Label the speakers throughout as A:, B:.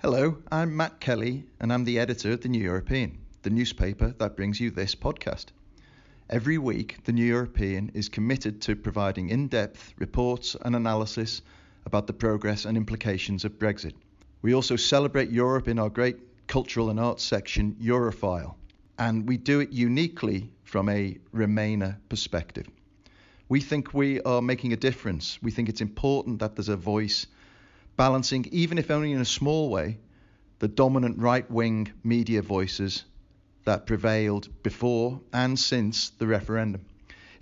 A: Hello, I'm Matt Kelly, and I'm the editor of The New European, the newspaper that brings you this podcast. Every week, The New European is committed to providing in depth reports and analysis about the progress and implications of Brexit. We also celebrate Europe in our great cultural and arts section, Europhile, and we do it uniquely from a Remainer perspective. We think we are making a difference. We think it's important that there's a voice balancing, even if only in a small way, the dominant right wing media voices that prevailed before and since the referendum.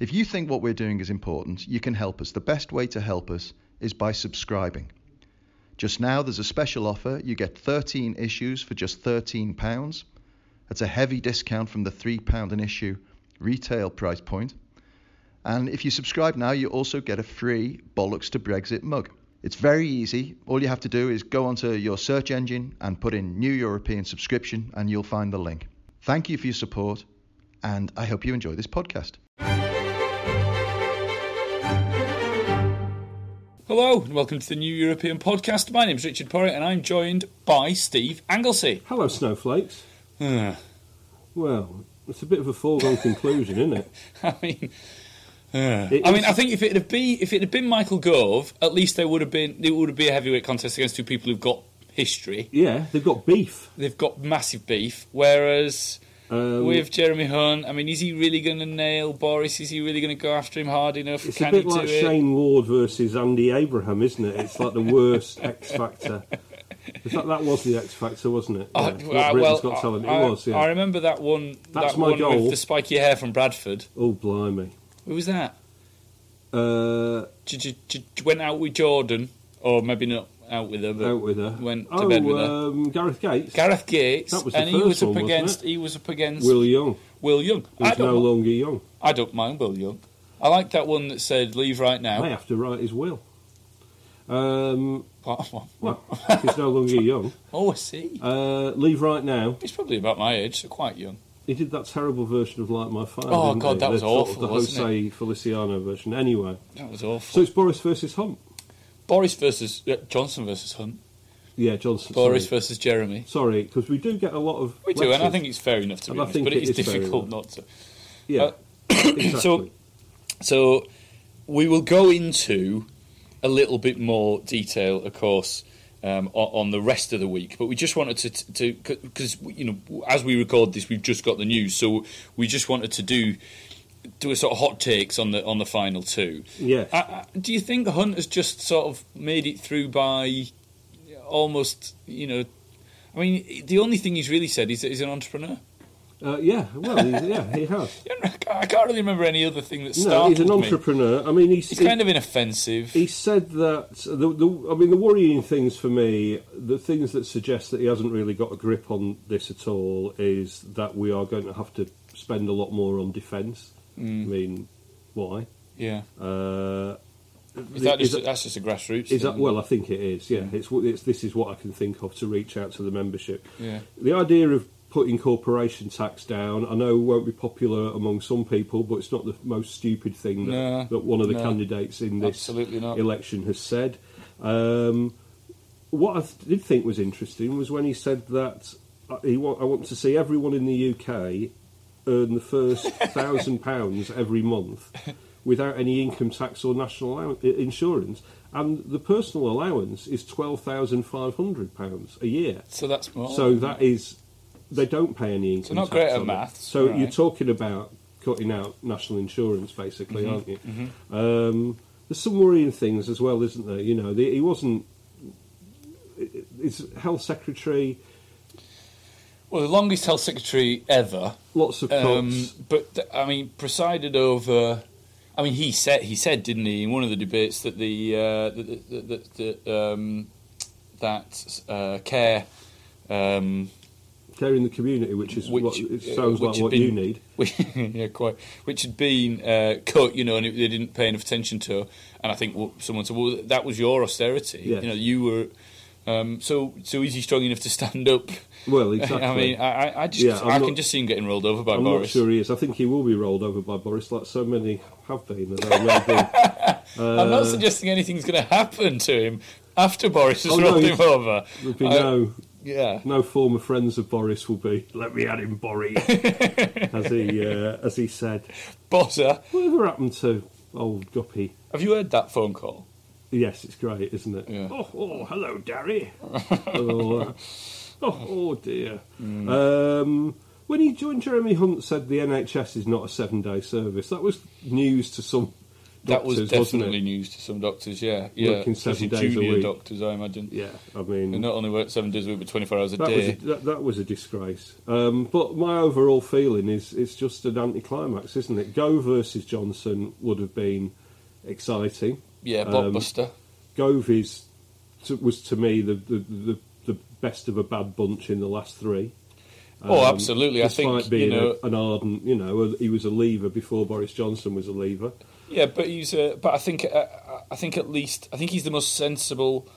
A: If you think what we're doing is important, you can help us. The best way to help us is by subscribing. Just now, there's a special offer. You get 13 issues for just £13. That's a heavy discount from the £3 an issue retail price point. And if you subscribe now, you also get a free Bollocks to Brexit mug. It's very easy. All you have to do is go onto your search engine and put in New European subscription, and you'll find the link. Thank you for your support, and I hope you enjoy this podcast.
B: Hello and welcome to the New European Podcast. My name's Richard Porritt and I'm joined by Steve Anglesey.
C: Hello, snowflakes.
B: Ugh.
C: Well, it's a bit of a foregone conclusion, isn't it?
B: I mean, ugh.
C: It
B: I mean,
C: is-
B: I think if it had been if it had been Michael Gove, at least there would have been it would be a heavyweight contest against two people who've got history.
C: Yeah, they've got beef.
B: They've got massive beef. Whereas
C: Um,
B: with Jeremy Hunt, I mean, is he really going to nail Boris? Is he really going to go after him hard enough?
C: it's
B: Can
C: a bit
B: he do
C: like
B: it?
C: Shane Ward versus Andy Abraham, isn't it? It's like the worst X Factor. In fact, that was the X Factor, wasn't it?
B: Oh, uh,
C: Yeah, not Britain's
B: well,
C: Got Talent. It
B: I,
C: was. Yeah.
B: I remember that one.
C: That's
B: that one
C: my
B: with
C: goal.
B: the spiky hair from Bradford.
C: oh, blimey.
B: Who was that?
C: Uh,
B: J- j- j- j- went out with Jordan, or maybe not out with her, but
C: out with her.
B: went to
C: oh,
B: bed with her.
C: um, Gareth Gates.
B: Gareth Gates,
C: That was the
B: and he
C: first
B: was up
C: one, wasn't
B: against
C: it?
B: he was up against Will,
C: Will Young,
B: Young. I
C: who's
B: don't,
C: no
B: mi-
C: longer young.
B: I don't mind Will Young. I like that one that said "Leave right now."
C: They have to write his will. Um,
B: What- what-
C: well, he's no longer young.
B: Oh, I see.
C: Uh, leave right now.
B: He's probably about my age, so quite young.
C: He did that terrible version of Light My Fire.
B: Oh,
C: didn't
B: God,
C: he?
B: that
C: The
B: was
C: sort of
B: awful,
C: The
B: wasn't
C: Jose Feliciano version. Anyway,
B: That was awful.
C: so it's Boris versus Hunt.
B: Boris versus uh, Johnson versus Hunt.
C: Yeah, Johnson.
B: Boris
C: sorry.
B: versus Jeremy.
C: Sorry, because we do get a lot of.
B: We do, and I think it's fair enough to be
C: And I
B: honest,
C: think
B: but it
C: it
B: is,
C: is fair
B: difficult not to.
C: Yeah.
B: uh,
C: exactly.
B: so- So we will go into a little bit more detail, of course, um, o- on the rest of the week. But we just wanted to, to because you know, as we record this, we've just got the news, so we just wanted to do do a sort of hot takes on the on the final two.
C: yeah.
B: I, I, do you think Hunt has just sort of made it through by almost, you know? I mean, the only thing he's really said is that he's an entrepreneur.
C: Uh, yeah. Well, he's, yeah, he has.
B: I can't really remember any other thing that startled
C: No, he's an
B: me.
C: entrepreneur. I mean, he's
B: It's kind of inoffensive.
C: He said that the, the, I mean, the worrying things for me, the things that suggest that he hasn't really got a grip on this at all, is that we are going to have to spend a lot more on defence.
B: Mm.
C: I mean, why?
B: yeah.
C: Uh,
B: Is that
C: is
B: just, that's just a grassroots.
C: is that
B: thing.
C: well? I think it is. Yeah, it's what it's. This is what I can think of to reach out to the membership.
B: Yeah.
C: The idea of putting corporation tax down, I know, won't be popular among some people, but it's not the most stupid thing that,
B: No,
C: that one of the
B: no.
C: candidates in this
B: Absolutely not.
C: election has said. Um, what I th- did think was interesting was when he said that uh, he wa- I want to see everyone in the UK earn the first thousand pounds every month without any income tax or national allow- insurance, and the personal allowance is twelve thousand five hundred pounds a year.
B: So that's more.
C: So that is they don't pay any income.
B: So not
C: tax
B: great at
C: on it.
B: maths,
C: So
B: right.
C: you're talking about cutting out national insurance, basically,
B: Mm-hmm.
C: aren't you? Um, there's some worrying things as well, isn't there? You know, the, he wasn't. It's health secretary,
B: well, the longest health secretary ever.
C: lots of cuts.
B: Um, but th- I mean, presided over. I mean, he said he said, didn't he, in one of the debates that the uh, that that, that, that, um, that uh, care. Um,
C: care in the community, which is
B: which
C: what it sounds
B: uh, which
C: like
B: had
C: what
B: been-
C: you need.
B: Which, yeah, quite. Which had been uh, cut, you know, and it, they didn't pay enough attention to. And I think well, someone said, "Well, that was your austerity."
C: Yes.
B: You know, you were. Um, so, so is he strong enough to stand up?
C: Well, exactly.
B: I mean, I, I- I just,
C: Yeah, I'm
B: I
C: not-
B: can just see him getting rolled over by
C: I'm
B: Boris.
C: not sure he is. I think he will be rolled over by Boris, like so many have been. That they may be.
B: I'm
C: uh,
B: not suggesting anything's going to happen to him after Boris has
C: Oh, no,
B: rolled
C: he-
B: him over.
C: There'll be
B: I-
C: no,
B: yeah.
C: no former friends of Boris will be. Let me add him, Boris, as he uh, as he said.
B: Bossa,
C: Whatever happened to old Guppy?
B: have you heard that phone call?
C: Yes, it's great, isn't it?
B: Yeah.
C: Oh, oh, hello, Derry. oh, uh, oh, oh, dear. Um, when he joined, Jeremy Hunt said the NHS is not a seven-day service. That was news to some.
B: That was
C: Doctors, wasn't
B: definitely
C: it?
B: news to some doctors, yeah. yeah.
C: Working seven
B: especially
C: days a
B: junior
C: week.
B: doctors, I imagine.
C: Yeah, I
B: They
C: mean,
B: not only work seven days a week, but 24 hours a
C: that was
B: day.
C: a, that, that was a disgrace. Um, but my overall feeling is it's just an anticlimax, isn't it? Go versus Johnson would have been exciting.
B: yeah,
C: Um,
B: blockbuster.
C: Gove is to, was to me the, the, the, the best of a bad bunch in the last three.
B: Oh, absolutely. I think,
C: um, despite
B: you
C: being a-
B: know-
C: an ardent, you know, a- he was a leaver before Boris Johnson was a leaver.
B: yeah, but he's. Uh, but I think. Uh, I think at least. I think he's the most sensible.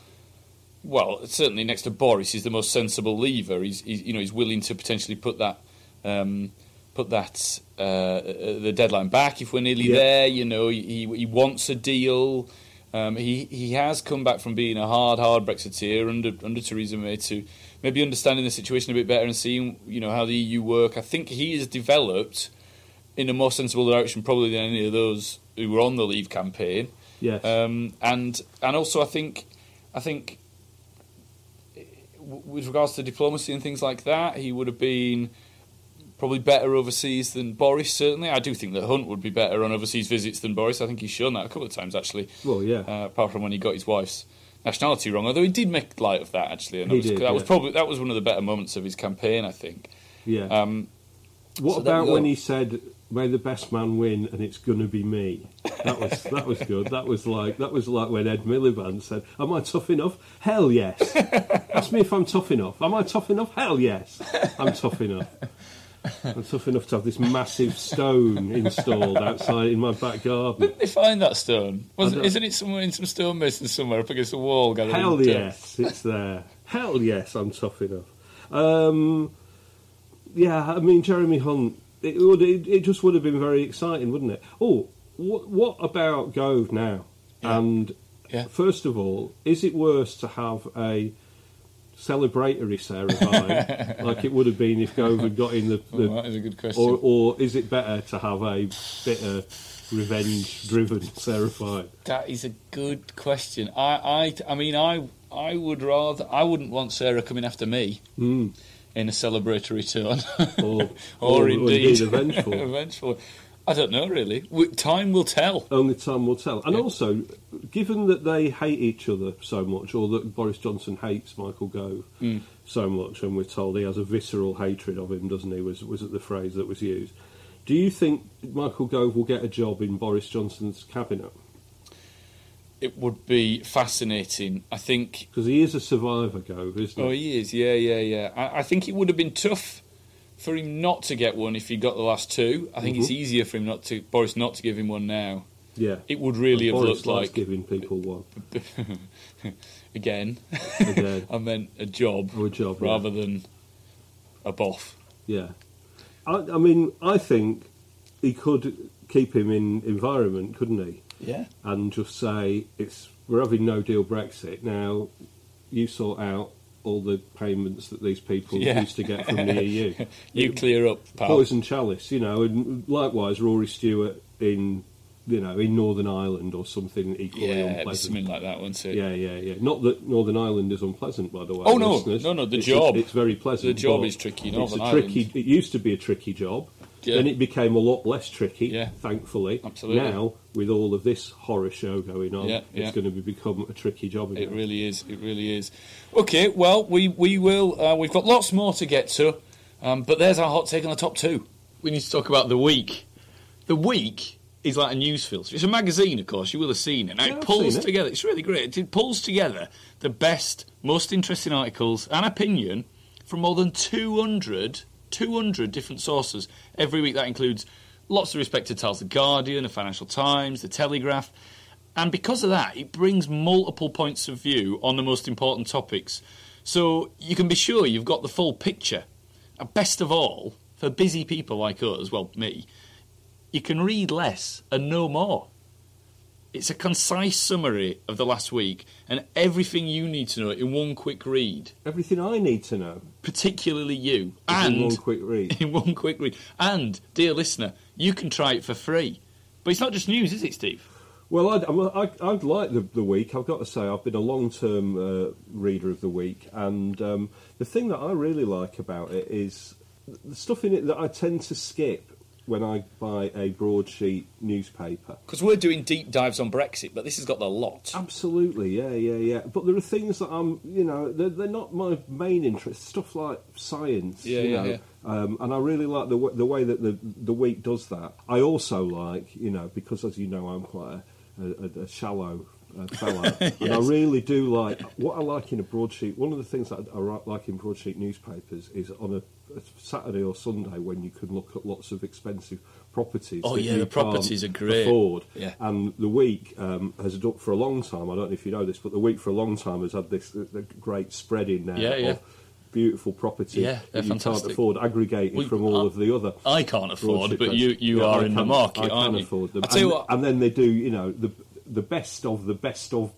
B: Well, certainly next to Boris, he's the most sensible lever. He's. he's you know, he's willing to potentially put that. Um, put that uh, uh, the deadline back if we're nearly
C: Yeah.
B: there. You know, he he wants a deal. Um, he he has come back from being a hard hard Brexiteer under under Theresa May to maybe understanding the situation a bit better and seeing you know how the EU work. I think he has developed in a more sensible direction probably than any of those who were on the Leave campaign.
C: Yes.
B: Um, and and also I think I think eh, w- with regards to diplomacy and things like that, he would have been probably better overseas than Boris. Certainly, I do think that Hunt would be better on overseas visits than Boris. I think he's shown that a couple of times actually.
C: Well, yeah.
B: Uh, apart from when he got his wife's nationality wrong, although he did make light of that actually, and that,
C: He
B: was,
C: did,
B: that was
C: yeah.
B: probably that was one of the better moments of his campaign. I think.
C: Yeah.
B: Um,
C: what
B: so there
C: about
B: we go.
C: when he said, "May the best man win," and it's gonna be me? That was that was good. That was like that was like when Ed Miliband said, "Am I tough enough? Hell yes." Ask me if I'm tough enough. Am I tough enough? Hell yes, I'm tough enough. I'm tough enough to have this massive stone installed outside in my back garden.
B: Didn't they find that stone? Was,
C: I don't-
B: isn't it somewhere in some stonemasons somewhere up against the wall? gathering
C: Hell
B: dust?
C: yes, it's there. Hell yes, I'm tough enough. Um, yeah, I mean Jeremy Hunt. It would. It, it just would have been very exciting, wouldn't it? Oh, what, what about Gove now? And
B: Yeah.
C: first of all, is it worse to have a celebratory ceremony like it would have been if Gove had got in the, the
B: Well, that is a good question.
C: or, or is it better to have a bitter revenge-driven ceremony?
B: That is a good question. I, I, I mean, I, I would rather. I wouldn't want Sarah coming after me in a celebratory tone,
C: Or-
B: or,
C: Hmm. or
B: indeed,
C: indeed a vengeful.
B: a vengeful. I don't know really. W- Time will tell.
C: Only time will tell. And also, given that they hate each other so much, or that Boris Johnson hates Michael Gove
B: Mm.
C: so much, and we're told he has a visceral hatred of him, doesn't he? Was was it the phrase that was used? Do you think Michael Gove will get a job in Boris Johnson's cabinet?
B: It would be fascinating. I think.
C: Because he is a survivor, Gove, isn't
B: Oh,
C: he?
B: he is. Yeah, yeah, yeah. I, I think it would have been tough for him not to get one if he got the last two. I think it's
C: Mm-hmm.
B: easier for him not to Boris not to give him one now.
C: Yeah.
B: It would really have looked
C: Boris likes
B: like
C: giving people one.
B: again.
C: Again.
B: I meant a job,
C: Oh, a job, yeah.
B: rather than a boff.
C: Yeah, I, I mean, I think he could keep him in environment, couldn't he?
B: Yeah.
C: and just say it's we're having no deal Brexit now. You sort out all the payments that these people
B: Yeah.
C: used to get from the E EU.
B: You clear up, pal.
C: Poison chalice, you know, and likewise Rory Stewart in you know, in Northern Ireland or something equally
B: Yeah,
C: unpleasant.
B: something like that, wasn't it?
C: Yeah, yeah, yeah. Not that Northern Ireland is unpleasant, by the way.
B: Oh, no.
C: listeners.
B: No, no, the
C: it's
B: job.
C: it's very pleasant.
B: The job
C: but
B: is tricky,
C: It's
B: Northern
C: a tricky.
B: Ireland.
C: It used to be a tricky job.
B: Yeah.
C: Then it became a lot less tricky.
B: Yeah.
C: Thankfully,
B: Absolutely.
C: Now with all of this horror show going on,
B: Yeah, yeah.
C: it's going to be become a tricky job.
B: It
C: again.
B: really is. It really is. Okay, well, we we will. Uh, we've got lots more to get to, um, but there's our hot take on the top two.
D: we need to talk about the week. The week is like a news filter. It's a magazine, of course. You will have seen it. Now,
C: Yeah,
D: it
C: I've
D: pulls
C: seen it.
D: together. It's really great. It pulls together the best, most interesting articles and opinion from more than 200, 200 different sources every week. That includes lots of respected titles: The Guardian, The Financial Times, The Telegraph. And because of that, it brings multiple points of view on the most important topics. So you can be sure you've got the full picture. And best of all, for busy people like us, well, me, you can read less and know more. It's a concise summary of the last week and everything you need to know in one quick read,
C: Everything I need to know.
D: particularly you.
C: is
D: and
C: in one quick read.
D: in one quick read. And, dear listener, you can try it for free. But it's not just news, is it, Steve?
C: Well, I'd, I'm- I'd, I'd like the, the week. I've got to say, I've been a long term uh, reader of the week, and um, the thing that I really like about it is the stuff in it that I tend to skip when I buy a broadsheet newspaper.
B: Because we're doing deep dives on Brexit, but this has got the lot.
C: Absolutely, yeah, yeah, yeah. But there are things that I'm, you know, they're, they're not my main interest. Stuff like science,
B: Yeah,
C: you
B: yeah,
C: know.
B: yeah.
C: Um, and I really like the w- the way that the the week does that. I also like, you know, because as you know, I'm quite a, a, a shallow. Uh, fellow, and I really do like what I like in a broadsheet. One of the things that I ri- like in broadsheet newspapers is on a, a Saturday or Sunday when you can look at lots of expensive properties.
B: Oh,
C: that
B: yeah,
C: you
B: the properties
C: can't
B: are great.
C: afford.
B: Yeah.
C: And the week um, has done for a long time. I don't know if you know this, but the week for a long time has had this uh, the great spread in there
D: Yeah, yeah.
C: of beautiful property
D: Yeah, they're
C: that you
D: fantastic.
C: can't afford, aggregated
D: We-
C: from all
D: I-
C: of the other.
D: I can't afford,
C: broadsheet
D: but
C: papers.
D: you- you
C: Yeah,
D: are
C: I
D: in
C: can-
D: the market,
C: I can
D: aren't you?
C: afford them.
D: I tell you
C: and,
D: what-
C: and then they do, you know, the the best of the best of,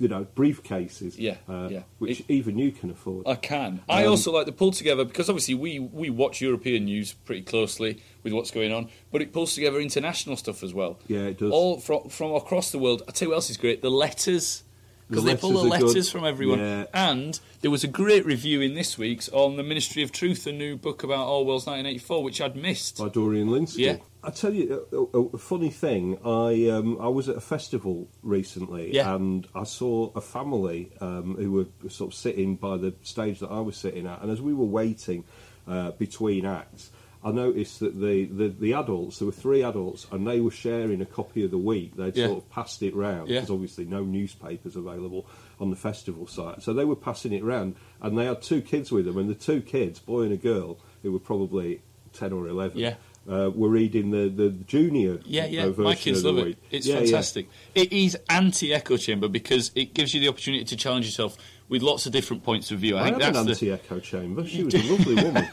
C: you know, briefcases.
B: Yeah,
C: uh,
B: yeah.
C: Which
B: It-
C: even you can afford.
B: I can. I
D: Um,
B: also like the pull together because obviously we, we watch European news pretty closely with what's going on, but it pulls together international stuff as well.
C: Yeah, it does.
B: All from, from across the world. I tell you what else is great the letters. Because
C: The
B: they pull the
C: letters are
B: letters
C: good.
B: from everyone.
C: Yeah.
B: And there was a great review in this week's on the Ministry of Truth, a new book about Orwell's 1984, which I'd missed.
C: By Dorian Linsky.
B: Yeah.
C: I tell you a, a, a funny thing. I um, I was at a festival recently,
B: Yeah.
C: and I saw a family um, who were sort of sitting by the stage that I was sitting at, and as we were waiting uh, between acts. I noticed that the, the, the adults, there were three adults, and they were sharing a copy of the week. They'd
B: Yeah.
C: sort of passed it round
B: Yeah.
C: because obviously no newspapers available on the festival site. So they were passing it round, and they had two kids with them, and the two kids, boy and a girl, who were probably 10 or 11
B: Yeah.
C: uh, were reading the, the junior
B: Yeah, yeah,
C: uh, version
B: my kids
C: of the
B: love
C: week.
B: it. It's
C: Yeah, yeah.
B: fantastic. It is anti echo chamber because it gives you the opportunity to challenge yourself with lots of different points of view. I,
C: I,
B: think
C: had
B: that's
C: an
B: the.
C: anti-echo chamber. She was a lovely woman.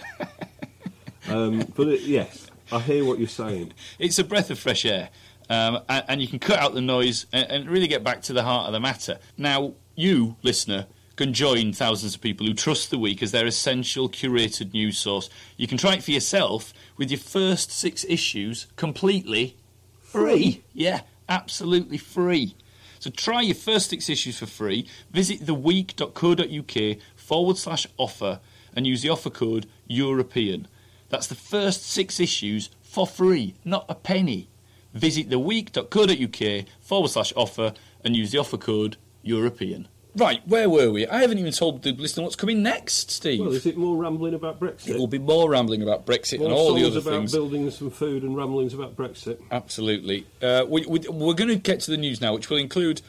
C: um, but it, yes, I hear what you're saying.
B: It's a breath of fresh air, um, and, and you can cut out the noise and, and really get back to the heart of the matter. Now, you, listener, can join thousands of people who trust the week as their essential curated news source. You can try it for yourself with your first six issues completely free. Yeah, absolutely free. So try your first six issues for free. Visit theweek.co.uk forward slash offer and use the offer code European. That's the first six issues for free, not a penny. Visit theweek.co.uk forward slash offer and use the offer code European. Right, where were we? I haven't even told the listener what's coming next, Steve.
C: Well, is it more rambling about Brexit?
B: it will be more rambling about Brexit
C: more
B: and all the
C: songs
B: other
C: about
B: things.
C: building some food and ramblings about Brexit.
B: Absolutely. Uh, we, we, we're going to get to the news now, which will include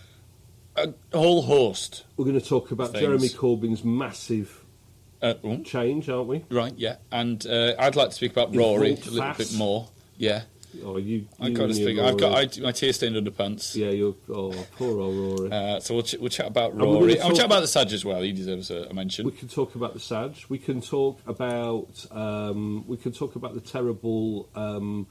B: a whole host.
C: We're going to talk about
B: Things.
C: Jeremy Corbyn's massive
B: Uh, oh,
C: change, aren't we?
B: right, yeah. And uh, I'd like to speak about Rory a
C: Evolved
B: little
C: fast.
B: bit more. Yeah.
C: Oh, you.
B: I
C: you
B: got to
C: and your
B: speak. I've got
C: Rory.
B: I, my tear stained underpants.
C: Yeah, you're. Oh, poor old Rory.
B: Uh, so we'll, ch- we'll chat about
C: And we're
B: Rory.
C: gonna
B: I'll
C: talk-
B: chat about the Saj as well. He deserves a, a mention.
C: We can talk about the Saj. We can talk about um, we can talk about the terrible um,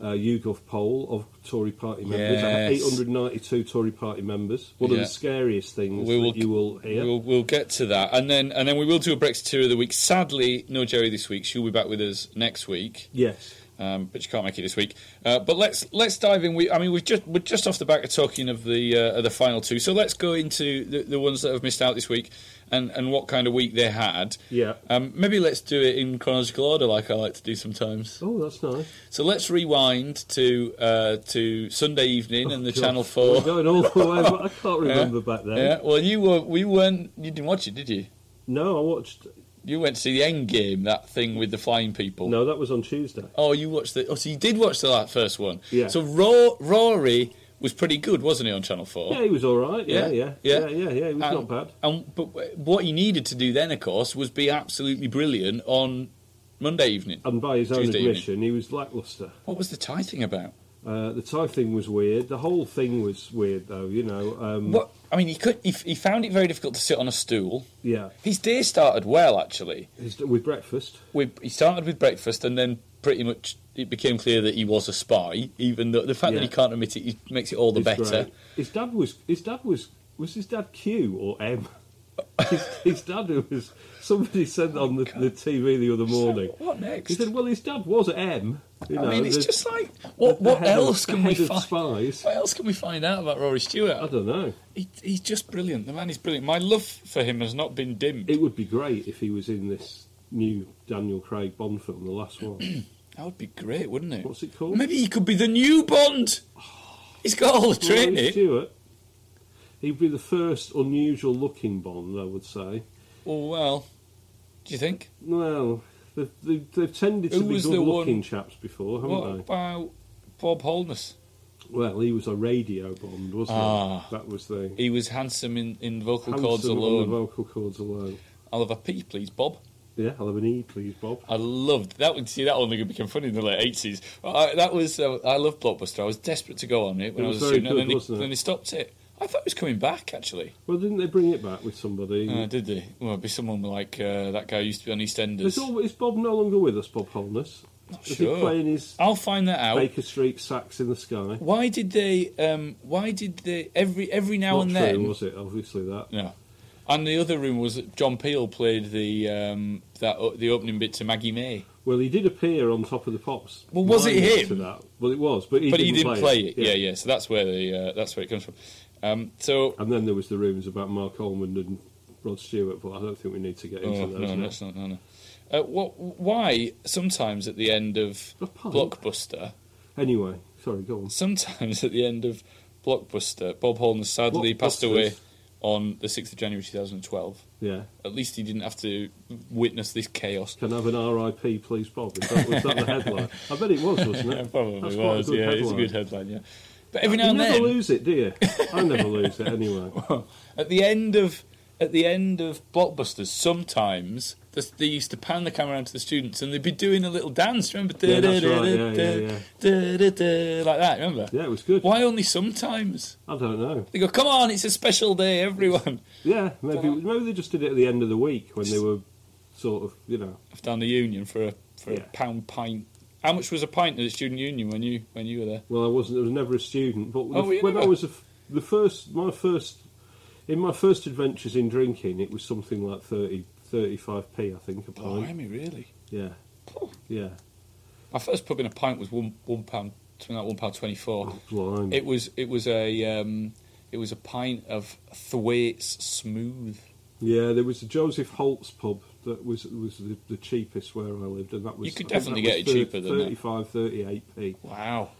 C: uh, YouGov poll of Tory party members.
B: Yes.
C: 892 Tory party members. One of
B: Yeah.
C: the scariest things
B: We will,
C: that you will hear.
B: We'll, we'll get to that, and then and then we will do a Brexiteer of the week. Sadly, no Jerry this week. She'll be back with us next week.
C: Yes.
B: um, but you can't make it this week. Uh, but let's let's dive in. We I mean we've just we're just off the back of talking of the uh, of the final two, so let's go into the, the ones that have missed out this week and, and what kind of week they had.
C: Yeah.
B: Um, maybe let's do it in chronological order, like I like to do sometimes.
C: Oh, that's nice.
B: So let's rewind to uh, to Sunday evening and the
C: Oh, God,
B: Channel
C: We're
B: Four.
C: going all the way, but I can't remember back then.
B: Yeah. Well, you were we weren't you didn't watch it, did you?
C: No, I watched.
B: You went to see the end game, that thing with the flying people.
C: No, that was on Tuesday.
B: Oh, you watched the. Oh, so you did watch the la- first one.
C: Yeah.
B: So Ro- Rory was pretty good, wasn't he, on Channel Four?
C: Yeah, he was all right. Yeah, yeah, yeah, yeah, yeah. He was
B: And-
C: not bad.
B: And but w- what he needed to do then, of course, was be absolutely brilliant on Monday evening.
C: And by his own
B: Tuesday evening.
C: admission, he was lackluster.
B: What was the Thai thing about?
C: Uh, the Thai thing was weird. The whole thing was weird, though. You know. Um,
B: What I mean, he could. He, f- he found it very difficult to sit on a stool.
C: Yeah,
B: His day started well, actually.
C: his, with breakfast.
B: We, he started with breakfast, and then pretty much it became clear that he was a spy. Even though the fact that
C: Yeah.
B: he can't admit it, he makes it all the
C: is
B: better.
C: great. His dad was. His dad was. Was his dad Q or M? his, his dad was. Somebody said
B: Oh,
C: on the, the TV the other morning.
B: what next?
C: He said, "Well, his dad was M." You know,
B: I mean, it's
C: the-
B: just like
C: the-
B: what,
C: the
B: what
C: head of-
B: else
C: the
B: can we
C: head of
B: find?
C: spies.
B: What else can we find out about Rory
C: I
B: Stewart?
C: don't know.
B: He, he's just brilliant. The man is brilliant. My love for him has not been dimmed.
C: It would be great if he was in this new Daniel Craig Bond film, the last one.
B: that would be great, wouldn't it?
C: What's it called?
B: Maybe he could be the new Bond. He's got all the
C: Rory
B: training.
C: Stewart. He'd be the first unusual-looking Bond, I would say.
B: Oh well, do you think?
C: Well, they've, they've, they've tended to
B: Who
C: be
B: was the one-
C: good-looking chaps before, haven't
B: What
C: they?
B: about Bob Holness?
C: Well, he was a radio Bond, wasn't
B: Ah.
C: he? That was the
B: He was handsome in, in vocal
C: handsome
B: cords
C: on the
B: alone.
C: vocal cords alone.
B: I'll have a P, please, Bob.
C: Yeah, I'll have an E, please, Bob.
B: I loved that. One, see, that only became funny in the late eighties. I, that was uh, I loved Blockbuster. I was desperate to go on it when
C: It
B: I
C: was
B: was a
C: very
B: student, and
C: good,
B: then they,
C: wasn't it?
B: then they stopped it. I thought it was coming back actually.
C: Well, didn't they bring it back with somebody?
B: Uh, did they? Well, it'd be someone like uh, that guy who used to be on EastEnders.
C: is, all, is Bob no longer with us, Bob Holness?
B: Not
C: Is
B: sure.
C: he playing his
B: I'll find that out.
C: Baker Street sax in the sky?
B: Why did they? Um, why did they? Every every now
C: Not
B: and
C: true,
B: then.
C: was it? Obviously that.
B: No. And the other room was that John Peel played the um, that o- the opening bit to Maggie May.
C: Well, he did appear on Top of the Pops.
B: Well, was it
C: minor
B: him?
C: To that. Well, it was, but he
B: but
C: didn't
B: he didn't
C: play,
B: play it. Yeah, yeah. So that's where the uh, that's where it comes from. Um, so
C: And then there was the rumours about Mark Almond and Rod Stewart, but I don't think we need to get into
B: Oh,
C: those.
B: no,
C: now.
B: that's not. No, no. Uh, what? Why? Sometimes at the end of
C: A pint.
B: Blockbuster,
C: Anyway, sorry, go on.
B: sometimes at the end of Blockbuster, Bob Holness sadly passed
C: Blockbusters.
B: away on the sixth of January two thousand and twelve.
C: Yeah.
B: At least he didn't have to witness this chaos.
C: Can I have an RIP, please, Bob? Is that, was that the headline? I bet it was, wasn't it?
B: It probably
C: That's quite a
B: was.
C: good
B: Yeah, it's a
C: headline.
B: good headline. Yeah, but every now
C: You
B: and
C: never
B: then,
C: lose it, do you? I never lose it anyway.
B: at the end of at the end of blockbusters, sometimes the- they used to pan the camera around to the students, and they'd be doing a little dance. Remember,
C: Yeah, that's right, yeah, yeah,
B: Da-da-da-da-da-da, like that. Remember?
C: Yeah, it was good.
B: Why only sometimes?
C: I don't know.
B: They go, "Come on, it's a special day, everyone."
C: Yeah, maybe maybe they just did it at the end of the week when they were sort of, you know.
B: I've done the union for a for a
C: Yeah.
B: pound pint. How much was a pint at the student union when you when you were there?
C: Well, I wasn't. I was never a student, but
B: Oh, were
C: the,
B: you
C: when I
B: never?
C: was a f the first, my first, in my first adventures in drinking, it was something like 30, 35p, I think, a
B: Oh,
C: pint.
B: Emmy, really?
C: yeah,
B: Phew.
C: yeah.
B: My first pub in a pint was one one pound, something like one pound twenty four.
C: Oh, Blimey.
B: It was it was a um, it was a pint of Thwaites Smooth.
C: Yeah, there was a Joseph Holt's pub that was was the, the cheapest where I lived, and that was
B: You could
C: I think
B: definitely
C: that
B: get
C: was
B: it cheaper than that.
C: 35, 38 p.
B: Wow.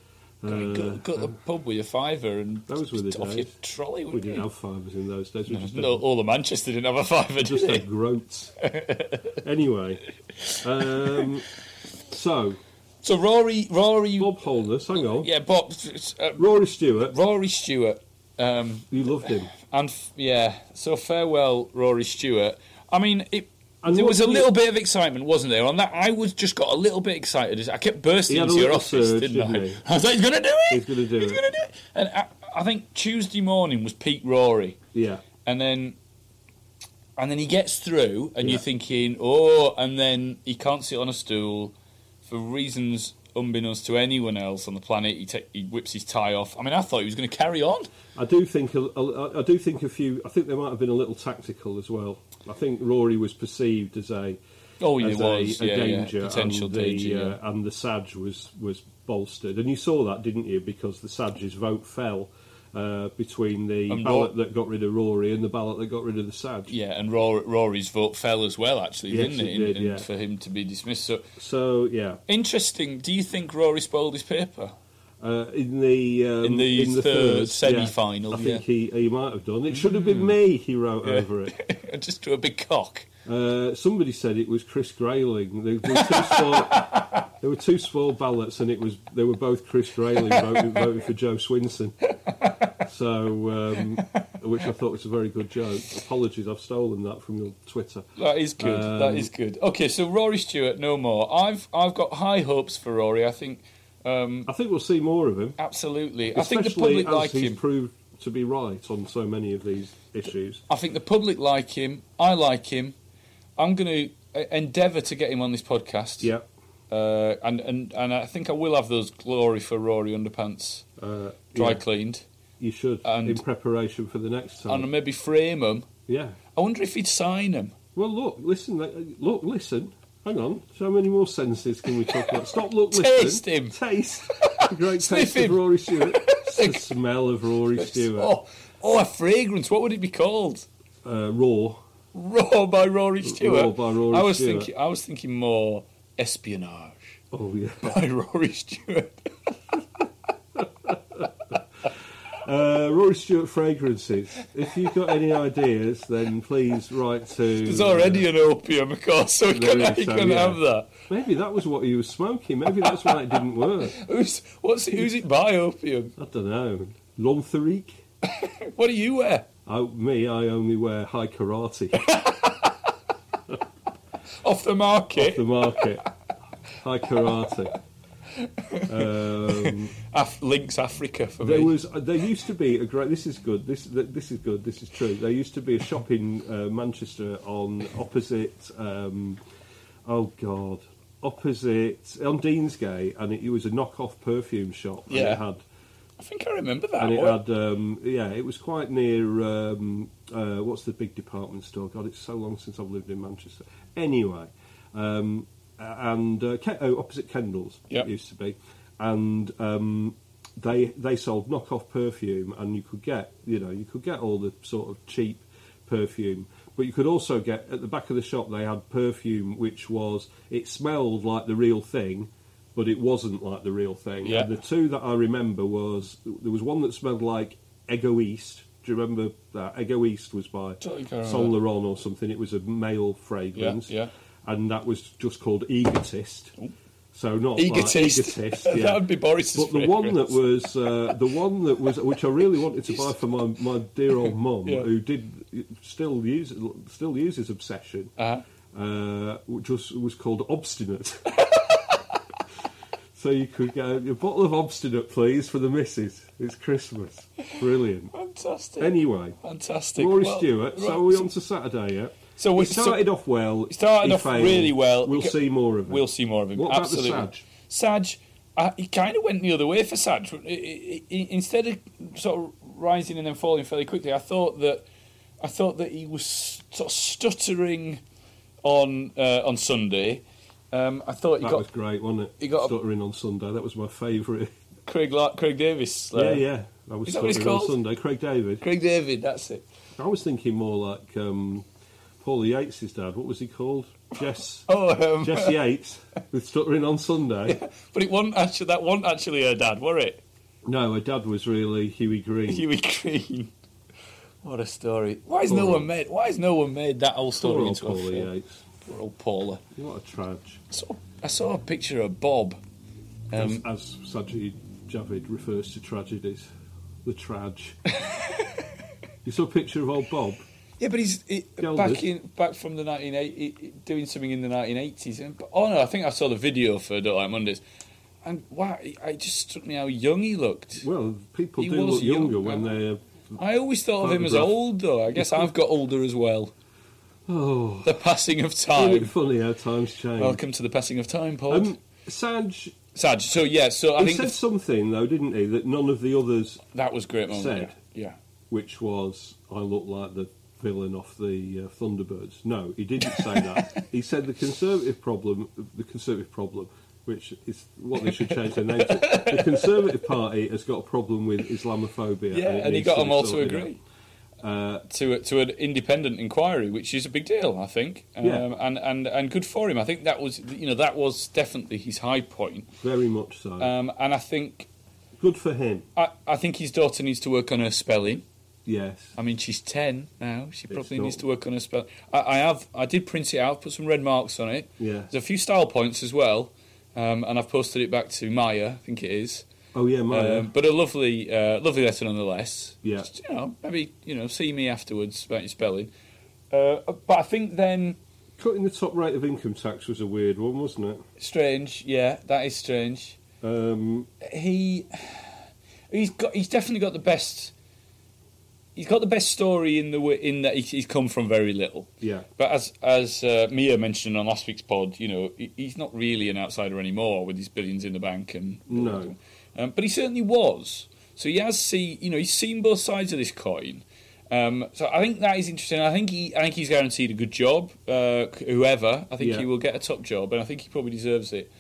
C: Uh,
B: Got, got, got a pub with a fiver and
C: Those were the
B: off your
C: days.
B: trolley,
C: We
B: wouldn't
C: didn't
B: you?
C: have fivers in those days. We just
B: no,
C: had,
B: all of Manchester didn't have a fiver,
C: just
B: did
C: had
B: they?
C: groats. anyway, um, so
B: So Rory, Rory,
C: Bob Holness, hang on,
B: yeah, Bob, uh,
C: Rory Stewart,
B: Rory Stewart, um,
C: you loved him.
B: and f- yeah, so farewell, Rory Stewart. I mean, it.
C: And
B: there
C: what
B: was a
C: did he-
B: little bit of excitement, wasn't there? On that, I was just got a little bit excited. I kept bursting
C: He had a
B: into your
C: little
B: office,
C: surge,
B: didn't, I?
C: didn't he?
B: I was like, "He's going to do it!
C: He's gonna do
B: He's
C: it."
B: going to do it!" And I, I think Tuesday morning was peak Rory.
C: Yeah,
B: and then and then he gets through and you're
C: Yeah.
B: thinking oh and then he can't sit on a stool for reasons unbeknownst to anyone else on the planet he, ta- he whips his tie off i mean i thought he was going to carry on
C: I do think a, a, I do think a few. I think they might have been a little tactical as well. I think Rory was perceived as a
B: Oh, yeah,
C: as
B: it was.
C: a, a
B: yeah, yeah.
C: danger,
B: Potential
C: and the,
B: danger. yeah.
C: uh, and the Saj was was bolstered, and you saw that, didn't you? Because the Saj's vote fell uh, between the
B: And
C: ballot
B: Ro-
C: that got rid of Rory and the ballot that got rid of the Saj.
B: Yeah, and Rory, Rory's vote fell as well, actually,
C: Yes,
B: didn't it?
C: it
B: In-
C: did,
B: in-
C: yeah.
B: For him to be dismissed. So
C: So yeah,
B: interesting. Do you think Rory spoiled his paper?
C: uh, in the um,
B: In the third
C: yeah,
B: semi-final,
C: I think
B: yeah. Mm.
C: he he might have done. It should have been me. He wrote over it.
B: Just to a big cock.
C: Uh, somebody said it was Chris Grayling. There, there were two small, there were two small ballots, and it was they were both Chris Grayling voting, voting for Joe Swinson. So, um, which I thought was a very good joke. Apologies, I've stolen that from your Twitter.
B: That is good. that
C: Um,
B: is good. Okay, so Rory Stewart, no more. I've I've got high hopes for Rory. I think um,
C: I think we'll see more of him,
B: absolutely. I think the
C: especially
B: public
C: as
B: like
C: he's
B: him.
C: proved to be right on so many of these issues.
B: I think the public like him. I like him. I'm going to endeavour to get him on this podcast.
C: Yeah.
B: Uh, and, and and I think I will have those glory for Rory underpants
C: Uh,
B: dry
C: yeah,
B: cleaned,
C: you should
B: and-
C: in preparation for the next time.
B: and maybe frame them.
C: yeah.
B: I wonder if he'd sign them.
C: Well, look, listen, uh, look, listen. Hang on. So how many more sentences can we talk about? Stop, look, listen.
B: Taste him.
C: Taste. The great
B: Sniff
C: taste
B: him.
C: of Rory Stewart. It's the smell of Rory Stewart.
B: Oh, oh, a fragrance. What would it be called?
C: Uh, raw.
B: Raw by Rory Stewart.
C: Raw by Rory
B: I was
C: Stewart.
B: thinking. I was thinking more espionage
C: Oh, yeah.
B: by Rory Stewart.
C: Uh, Rory Stewart fragrances. If you've got any ideas, then please write to...
B: There's already an opium, of course, so he
C: There
B: can,
C: is,
B: he
C: so,
B: can
C: yeah.
B: have that.
C: Uh, Maybe that was what he was smoking. Maybe that's why it didn't work.
B: Who's what's it, who's it by opium?
C: I don't know. Lontharique?
B: What do you wear?
C: I, Oh, me, I only wear high karate
B: Off the market
C: off the market. High karate. Um,
B: Af- links Africa for
C: There
B: me.
C: was. uh, There used to be a great. This is good. This th- this is good. This is true. There used to be a shop in uh, Manchester on opposite. Um, oh God, opposite on Deansgate, and it, it was a knockoff perfume shop. and
B: Yeah.
C: it had.
B: I think I remember that.
C: And it
B: What-
C: had, um, yeah, it was quite near. Um, uh, what's the big department store? God, it's so long since I've lived in Manchester. Anyway, um, a- and uh, Ke- oh, opposite Kendall's
B: Yep.
C: it used to be, and um, they they sold knockoff perfume, and you could get you know you could get all the sort of cheap perfume. But you could also get at the back of the shop. They had perfume which was it smelled like the real thing, but it wasn't like the real thing.
B: Yeah.
C: And the two that I remember was there was one that smelled like Ego East. Do you remember that? Ego East was by
B: Totally can't
C: Saint Laurent or something. It was a male fragrance.
B: Yeah,
C: And that was just called Egotist. So not
B: Egotist.
C: Like egotist
B: That
C: yeah.
B: would be Boris's
C: But the one that
B: fragrance.
C: was uh, the one that was which I really wanted to buy for my, my dear old mum
B: Yeah.
C: who did still use still uses obsession
B: Uh-huh.
C: uh, which was, was called Obstinate. so you could go, a bottle of Obstinate, please, for the missus. It's Christmas. Brilliant.
B: fantastic.
C: Anyway,
B: fantastic.
C: Rory
B: Well,
C: Stewart, so
B: right,
C: are we on to Saturday yet?
B: So we-
C: he started off well.
B: He started
C: he
B: off
C: failed.
B: really well.
C: We'll
B: He-
C: see more of him.
B: We'll see more of him.
C: What about the
B: Absolutely.
C: Saj?
B: Saj, uh, he kind of went the other way for Saj. I- I- I- Instead of sort of rising and then falling fairly quickly, I thought that I thought that he was sort of stuttering on uh, on Sunday. Um, I thought he
C: That
B: got
C: was great, wasn't it?
B: he got a-
C: Stuttering on Sunday. That was my favourite.
B: Craig La- Craig Davis. uh,
C: Yeah, yeah. That was
B: Is that what he's
C: Stuttering on
B: called?
C: Sunday. Craig David.
B: Craig David. That's it.
C: I was thinking more like um, Paul Yates' dad. What was he called? Jess.
B: Oh, um,
C: Jess Yates with Stuttering on Sunday.
B: but it wasn't actually that wasn't actually her dad, were it?
C: No, her dad was really Huey Green.
B: Huey Green. What a story! Why has
C: Poor
B: no
C: old-
B: one made Why has no one made that whole
C: Poor
B: story
C: old
B: into
C: Paul
B: a film?
C: Yates.
B: Poor old Paula.
C: What a trage.
B: I saw, I saw a picture of Bob. Um,
C: as, as Sajid Javid refers to tragedies, the trage. you saw a picture of old Bob?
B: yeah, but he's he,
C: Gilded.
B: back in back from the nineteen eighty, doing something in the nineteen eighties. Oh no, I think I saw the video for Don't Like Mondays, and wow, it- it just struck me how young he looked.
C: Well, people
B: He
C: do
B: was
C: look younger
B: young,
C: when
B: yeah.
C: they're.
B: I always thought of him as
C: Photograph.
B: old, though. I guess I've got older as well.
C: Oh,
B: The passing of
C: isn't it
B: time.
C: funny how times change?
B: Welcome to the passing of time, Paul.
C: Um, Saj,
B: Sad. So yeah, so I
C: he
B: think
C: said
B: the-
C: something though, didn't he? That none of the others,
B: that was a great moment.
C: said.
B: Yeah.
C: which was, I look like the villain off the uh, Thunderbirds. No, he didn't say that. he said the conservative problem, the conservative problem, which is what they should change their name to. The Conservative Party has got a problem with Islamophobia.
B: Yeah,
C: it
B: and he
C: needs
B: got
C: be
B: them all to
C: sorted out. Uh,
B: agree. to a, to an independent inquiry, which is a big deal, I think, um,
C: Yeah.
B: and, and and good for him. I think that was you know that was definitely his high point,
C: Very much so.
B: um, and I think
C: Good for him.
B: I, I think his daughter needs to work on her spelling.
C: Yes.
B: I mean, she's ten now; she
C: It's
B: probably
C: not-
B: needs to work on her spell. I, I have I did print it out, put some red marks on it.
C: Yeah.
B: There's a few style points as well, um, and I've posted it back to Maya. I think it is.
C: Oh yeah, Maya.
B: Um, but a lovely, uh, lovely letter nonetheless.
C: Yeah.
B: Just, you know, maybe you know, see me afterwards about your spelling. Uh, but I think then
C: Cutting the top rate of income tax was a weird one, wasn't it?
B: strange. Yeah, that is strange.
C: Um,
B: He, he's got, he's definitely got the best. He's got the best story in the wi- in that he- he's come from very little.
C: Yeah.
B: But as as uh, Mia mentioned on last week's pod, you know, he, he's not really an outsider anymore with his billions in the bank and
C: No.
B: Um, but he certainly was. So he has see, you know, he's seen both sides of this coin. Um, so I think that is interesting. I think he, I think he's guaranteed a good job. Uh, whoever, I think
C: Yeah.
B: he will get a top job, and I think he probably deserves it.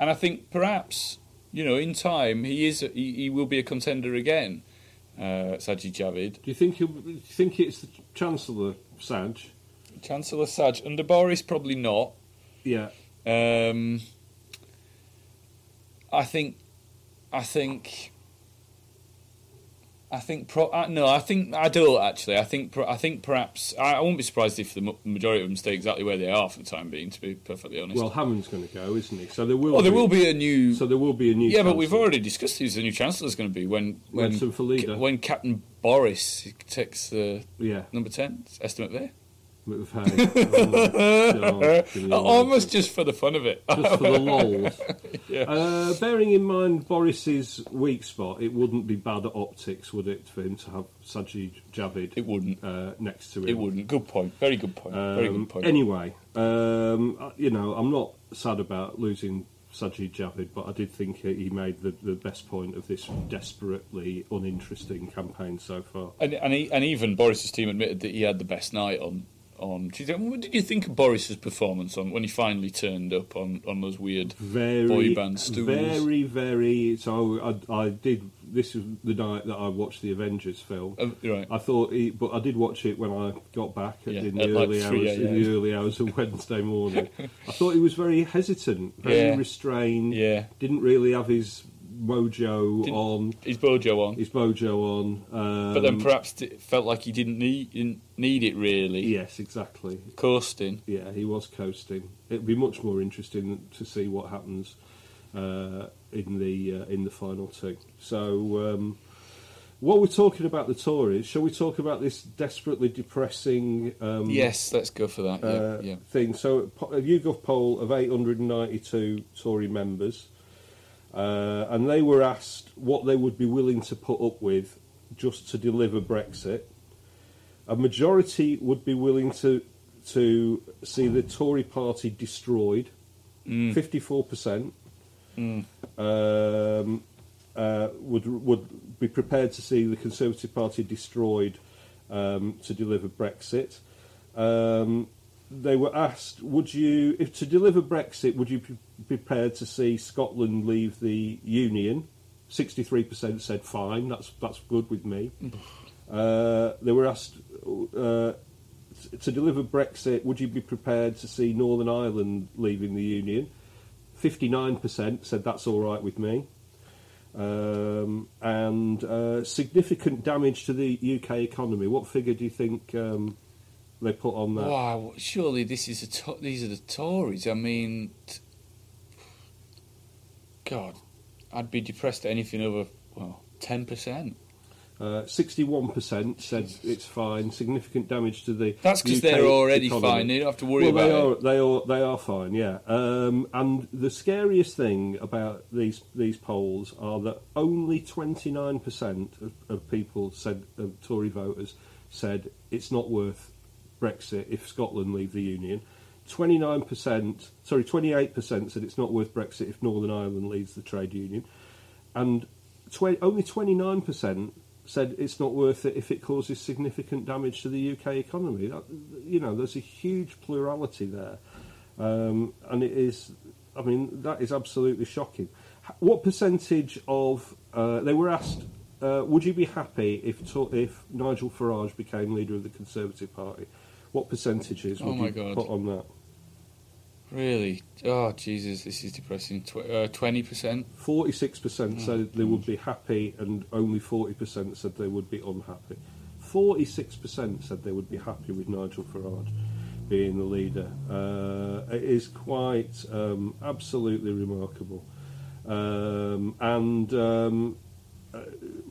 B: And I think perhaps, you know, in time he is, he, he will be a contender again. Uh, Sajid Javid,
C: do you think he'll, do you think it's the Chancellor Saj?
B: Chancellor Saj under Boris, probably not.
C: Yeah.
B: Um, I think, I think, I think. Pro- I, no, I think I don't actually. I think. per- I think perhaps I, I won't be surprised if the mo- majority of them stay exactly where they are for the time being. To be perfectly honest.
C: Well, Hammond's going to go, isn't he? So there will.
B: oh, there will be a new.
C: So there will be a new.
B: yeah, but we've
C: chancellor.
B: already discussed who's the new chancellor is going to be when when
C: Winston Falida.
B: ca- when Captain Boris takes the
C: Yeah.
B: number ten estimate there.
C: We've had- oh, my God, give me a
B: Almost
C: moment.
B: just for the fun of it.
C: just for the lols. uh, bearing in mind Boris's weak spot, it wouldn't be bad optics, would it, for him to have Sajid Javid?
B: It wouldn't.
C: Uh, next to him.
B: It wouldn't. Good point. Very good point. Very
C: Um,
B: good point.
C: Anyway, um, I- you know, I'm not sad about losing Sajid Javid, but I did think he made the, the best point of this desperately uninteresting campaign so far.
B: And and, he, and even Boris's team admitted that he had the best night on on Tuesday. What did you think of Boris's performance on when he finally turned up on, on those weird
C: very
B: boy band stools?
C: very very so I, I did this is the night that i watched the avengers film
B: Oh, right.
C: i thought he, but i did watch it when i got back
B: Yeah,
C: in the
B: at like
C: early
B: 3
C: hours in
B: a.m..
C: the early hours of wednesday morning i thought he was very hesitant very
B: Yeah.
C: restrained
B: Yeah.
C: didn't really have his mojo
B: Didn't-
C: on
B: His Bojo on,
C: his mojo on um,
B: but then perhaps it felt like he didn't need didn't need it really.
C: yes exactly
B: Coasting.
C: Yeah, he was coasting. It'd be much more interesting to see what happens uh, in the uh, in the final two. So, um, what we're talking about the Tories, shall we talk about this desperately depressing um,
B: Yes, let's go for that. Yeah,
C: uh,
B: yeah.
C: thing? So, po- a YouGov poll of 892 Tory members, uh, and they were asked what they would be willing to put up with just to deliver Brexit a majority would be willing to to see the Tory party destroyed.
B: Mm.
C: Fifty four percent um, uh, would would be prepared to see the Conservative Party destroyed um, to deliver Brexit. Um, they were asked, "Would you, if to deliver Brexit, would you be prepared to see Scotland leave the Union?" Sixty-three percent said, "Fine, that's that's good with me." Uh, they were asked uh, t- to deliver Brexit. Would you be prepared to see Northern Ireland leaving the Union? Fifty-nine percent said that's all right with me. Um, and uh, significant damage to the UK economy. What figure do you think um, they put on that?
B: Wow, surely this is a to- these are the Tories. I mean, t- God, I'd be depressed at anything over well ten percent.
C: Uh, Sixty-one percent said it's fine. Significant damage to the.
B: That's 'cause
C: UK
B: they're already
C: economy.
B: fine, they don't have to worry
C: well,
B: about
C: they are, They are. They are fine. Yeah. Um, and the scariest thing about these these polls are that only twenty-nine percent of, of people said of Tory voters said it's not worth Brexit if Scotland leave the Union. Twenty-nine percent. Sorry, twenty-eight percent said it's not worth Brexit if Northern Ireland leaves the trade union and tw- only 29% said it's not worth it if it causes significant damage to the UK economy. That, you know, there's a huge plurality there, um, and it is. I mean, that is absolutely shocking. H- What percentage of uh, they were asked? Uh, would you be happy if to, if Nigel Farage became leader of the Conservative Party? What percentages
B: Oh
C: would
B: my
C: you
B: God.
C: put on that?
B: Really? Oh, Jesus, this is depressing. uh, Twenty percent.
C: Forty-six percent said they would be happy, and only forty percent said they would be unhappy. Forty-six percent said they would be happy with Nigel Farage being the leader. Uh, it is quite um, absolutely remarkable, um, and um, uh,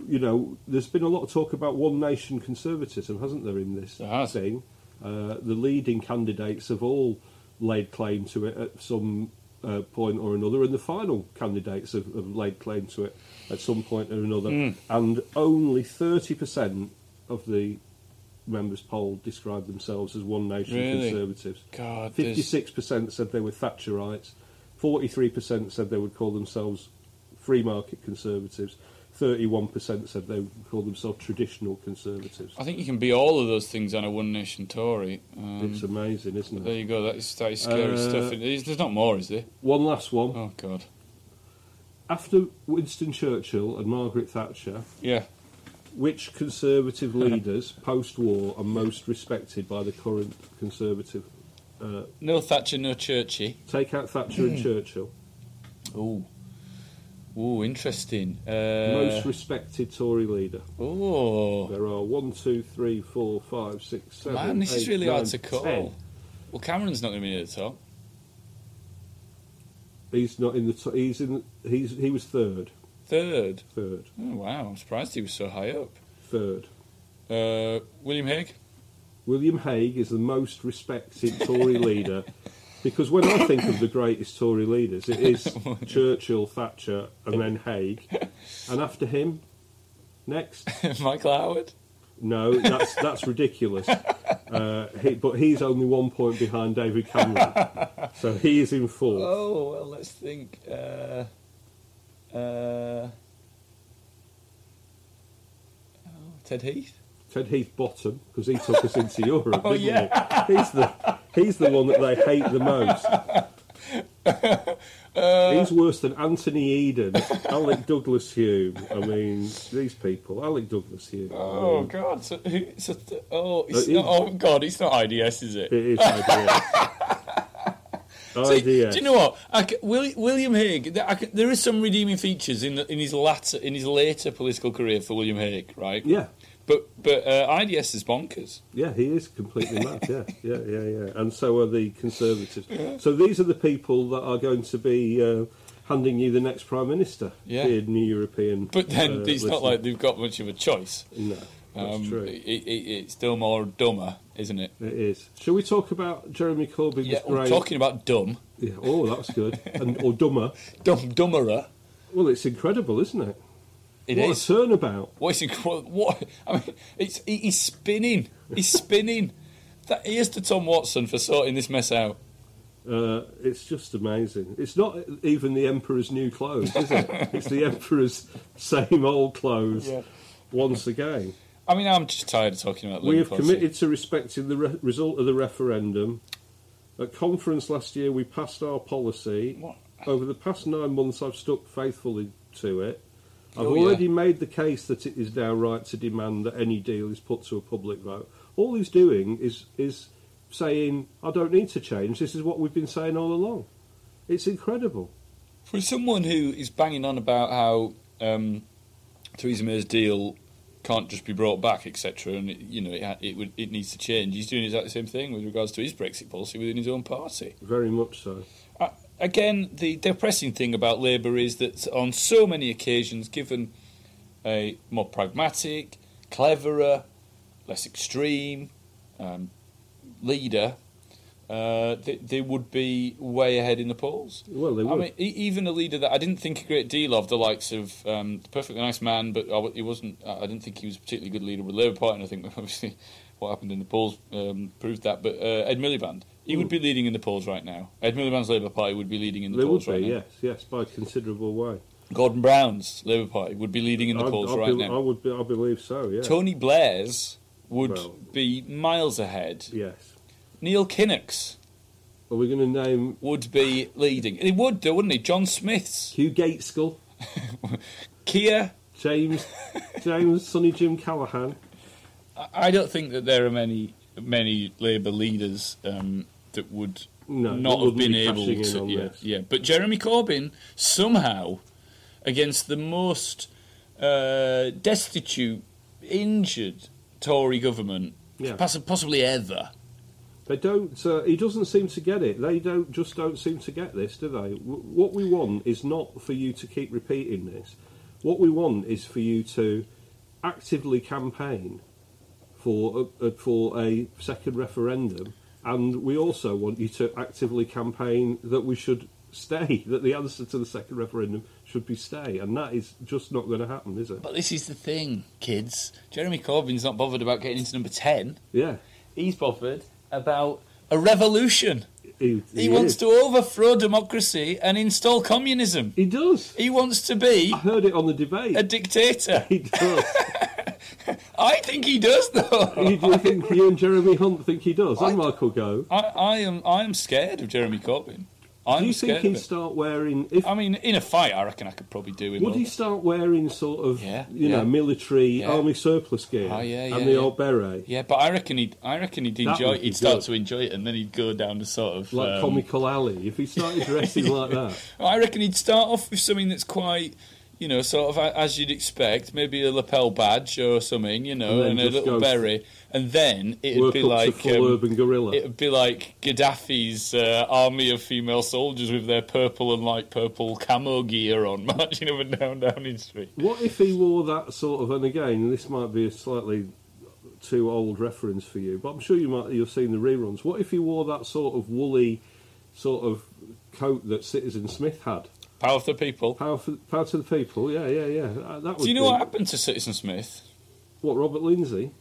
C: you know, there's been a lot of talk about one nation conservatism, hasn't there, in this
B: There has.
C: thing? Uh, the leading candidates have all laid claim to it at some uh, point or another, and the final candidates have, have laid claim to it at some point or another.
B: Hmm.
C: And only 30% of the members polled described themselves as one nation
B: Really?
C: conservatives.
B: God, there's-
C: 56% said they were Thatcherites, 43% said they would call themselves free market conservatives. 31% said they would call themselves traditional conservatives.
B: I think you can be all of those things on a one nation Tory. Um,
C: It's amazing, isn't
B: there
C: it?
B: you go. That is that is scary
C: Uh,
B: stuff. It is- there's not more, is there?
C: One last one.
B: Oh God.
C: After Winston Churchill and Margaret Thatcher,
B: Yeah.
C: which conservative leaders post war are most respected by the current conservative? Uh,
B: No Thatcher, no Churchy.
C: take out Thatcher
B: Hmm.
C: and Churchill.
B: Oh. Oh, interesting. Uh,
C: Most respected Tory leader.
B: oh.
C: There are one, two, three, four, five, six, seven.
B: Man, this is
C: eight,
B: really hard
C: nine,
B: to call.
C: ten.
B: Well, Cameron's not going to be near the top.
C: He's not in the. T- he's in. He's he was third,
B: Third.
C: third,
B: Oh, wow. I'm surprised he was so high up.
C: third.
B: Uh, William Hague?
C: William Hague is the most respected Tory leader because when I think of the greatest Tory leaders, it is Churchill, Thatcher, and then Hague, and after him, next.
B: Michael Howard?
C: No, that's that's ridiculous. Uh, he, but he's only one point behind David Cameron, so he is in fourth.
B: Oh, well, let's think. Uh, uh, oh, Ted Heath?
C: Ted Heath bottom because he took us into Europe.
B: Oh,
C: didn't he? he's the he's the one that they hate the most.
B: Uh,
C: he's worse than Anthony Eden, Alec Douglas Hume. I mean, these people, Alec Douglas Hume. I
B: Oh,
C: mean,
B: God. So, who, so th- oh, it's
C: Uh,
B: not,
C: he-
B: oh, God, it's not IDS, is it?
C: it is IDS.
B: See, Do
C: IDS.
B: you know what? I c- Will, William Hague. th- I c- there is some redeeming features in the, in his latter in his later political career for William Hague, right?
C: Yeah.
B: But but uh, IDS is bonkers.
C: Yeah, he is completely mad. Yeah, yeah, yeah, yeah. And so are the Conservatives. So these are the people that are going to be uh, handing you the next Prime Minister.
B: Yeah.
C: the new European.
B: But then
C: uh,
B: it's not
C: listen.
B: like they've got much of a choice.
C: no, that's
B: Um,
C: true.
B: It, it, it's still more dumber, isn't it?
C: It is. Shall we talk about Jeremy Corbyn's
B: Yeah, we're
C: grave?
B: talking about dumb,
C: Yeah, oh, that's good. And or dumber.
B: dumb, dumberer.
C: Well, it's incredible, isn't it?
B: It
C: what
B: is.
C: a turnabout.
B: What is he? called? What? I mean, it's he, he's spinning. He's spinning. That, here's to Tom Watson for sorting this mess out.
C: Uh, it's just amazing. It's not even the Emperor's new clothes, is it? it's the Emperor's same old clothes
B: Yeah.
C: once again.
B: I mean, I'm just tired of talking about.
C: We
B: Liam
C: have
B: Fossey.
C: committed to respecting the re- result of the referendum. At conference last year, we passed our policy.
B: What?
C: Over the past nine months, I've stuck faithfully to it. I've
B: Oh, yeah.
C: already made the case that it is now right to demand that any deal is put to a public vote. All he's doing is is saying, "I don't need to change. This is what we've been saying all along." It's incredible.
B: For someone who is banging on about how um, Theresa May's deal can't just be brought back, etc., and it, you know it, ha- it would it needs to change, he's doing exactly the same thing with regards to his Brexit policy within his own party.
C: Very much so.
B: Uh, again, the depressing thing about Labour is that on so many occasions, given a more pragmatic, cleverer, less extreme um, leader, uh, they, they would be way ahead in the polls.
C: Well, they
B: I
C: would.
B: mean, e- even a leader that I didn't think a great deal of, the likes of um, the perfectly nice man, but I, w- he wasn't. I I didn't think he was a particularly good leader with the Labour Party, and I think obviously what happened in the polls um, proved that. But uh, Ed Miliband, he would be leading in the polls right now. Ed Miliband's Labour Party would be leading in the
C: They would
B: polls
C: be,
B: right now.
C: yes, yes, by a considerable way.
B: Gordon Brown's Labour Party would be leading in the
C: I-
B: polls
C: I,
B: right
C: bel-
B: now.
C: I would. Be, I believe so. Yeah.
B: Tony Blair's would
C: Well-
B: be miles ahead.
C: Yes.
B: Neil Kinnock's
C: Are we going to name
B: would be leading. He would do, wouldn't he? John Smith's,
C: Hugh Gateskill,
B: Keir.
C: James, James, Sonny Jim Callahan?
B: I- I don't think that there are many many Labour leaders um, that would not
C: No, that
B: have
C: wouldn't
B: been
C: be
B: able
C: cashing in
B: to.
C: on
B: Yeah,
C: this.
B: yeah, but Jeremy Corbyn somehow against the most uh, destitute, injured Tory government
C: Yeah.
B: poss- possibly ever.
C: They don't. Uh, he doesn't seem to get it. They don't just don't seem to get this, do they? W- what we want is not for you to keep repeating this. What we want is for you to actively campaign for a, a, for a second referendum, and we also want you to actively campaign that we should stay. That the answer to the second referendum should be stay, and that is just not going to happen, is it?
B: But this is the thing, kids. Jeremy Corbyn's not bothered about getting into number ten.
C: Yeah,
B: He's bothered about a revolution.
C: he,
B: He wants
C: is.
B: to overthrow democracy and install communism.
C: He does.
B: He wants to be
C: I heard it on the debate.
B: a dictator.
C: he does.
B: I think he does, though.
C: you, do you think you and Jeremy Hunt think he does, and Michael Gove?
B: I, I am. I am scared of Jeremy Corbyn. I'm
C: Do you
B: scared
C: think
B: of
C: he'd
B: him.
C: start wearing? If
B: I mean, in a fight, I reckon I could probably do him.
C: would he
B: over.
C: start wearing sort of
B: Yeah,
C: you
B: yeah.
C: know military
B: Yeah.
C: army surplus gear
B: Oh, yeah, yeah,
C: and the
B: yeah.
C: old beret,
B: Yeah, but I reckon he'd. I reckon he'd
C: That
B: enjoy.
C: would be
B: He'd start
C: good.
B: to enjoy it, and then he'd go down the sort of um,
C: like comical alley? If he started dressing like that,
B: I reckon he'd start off with something that's quite, you know, sort of a- as you'd expect, maybe a lapel badge or something, you know,
C: And
B: and,
C: then
B: a
C: just
B: little
C: go
B: berry, and then it'd
C: work
B: be
C: up
B: like
C: to full
B: um,
C: urban gorilla.
B: it'd be like Gaddafi's uh, army of female soldiers with their purple and light purple camo gear on, marching up and down Downing Street.
C: What if he wore that sort of? And again, this might be a slightly too old reference for you, but I'm sure you might you've seen the reruns. What if he wore that sort of woolly sort of coat that Citizen Smith had?
B: Power of the people.
C: Power, for, power to the people. Yeah, yeah, yeah. That, that would
B: Do you know
C: be-
B: what happened to Citizen Smith?
C: What Robert Lindsay?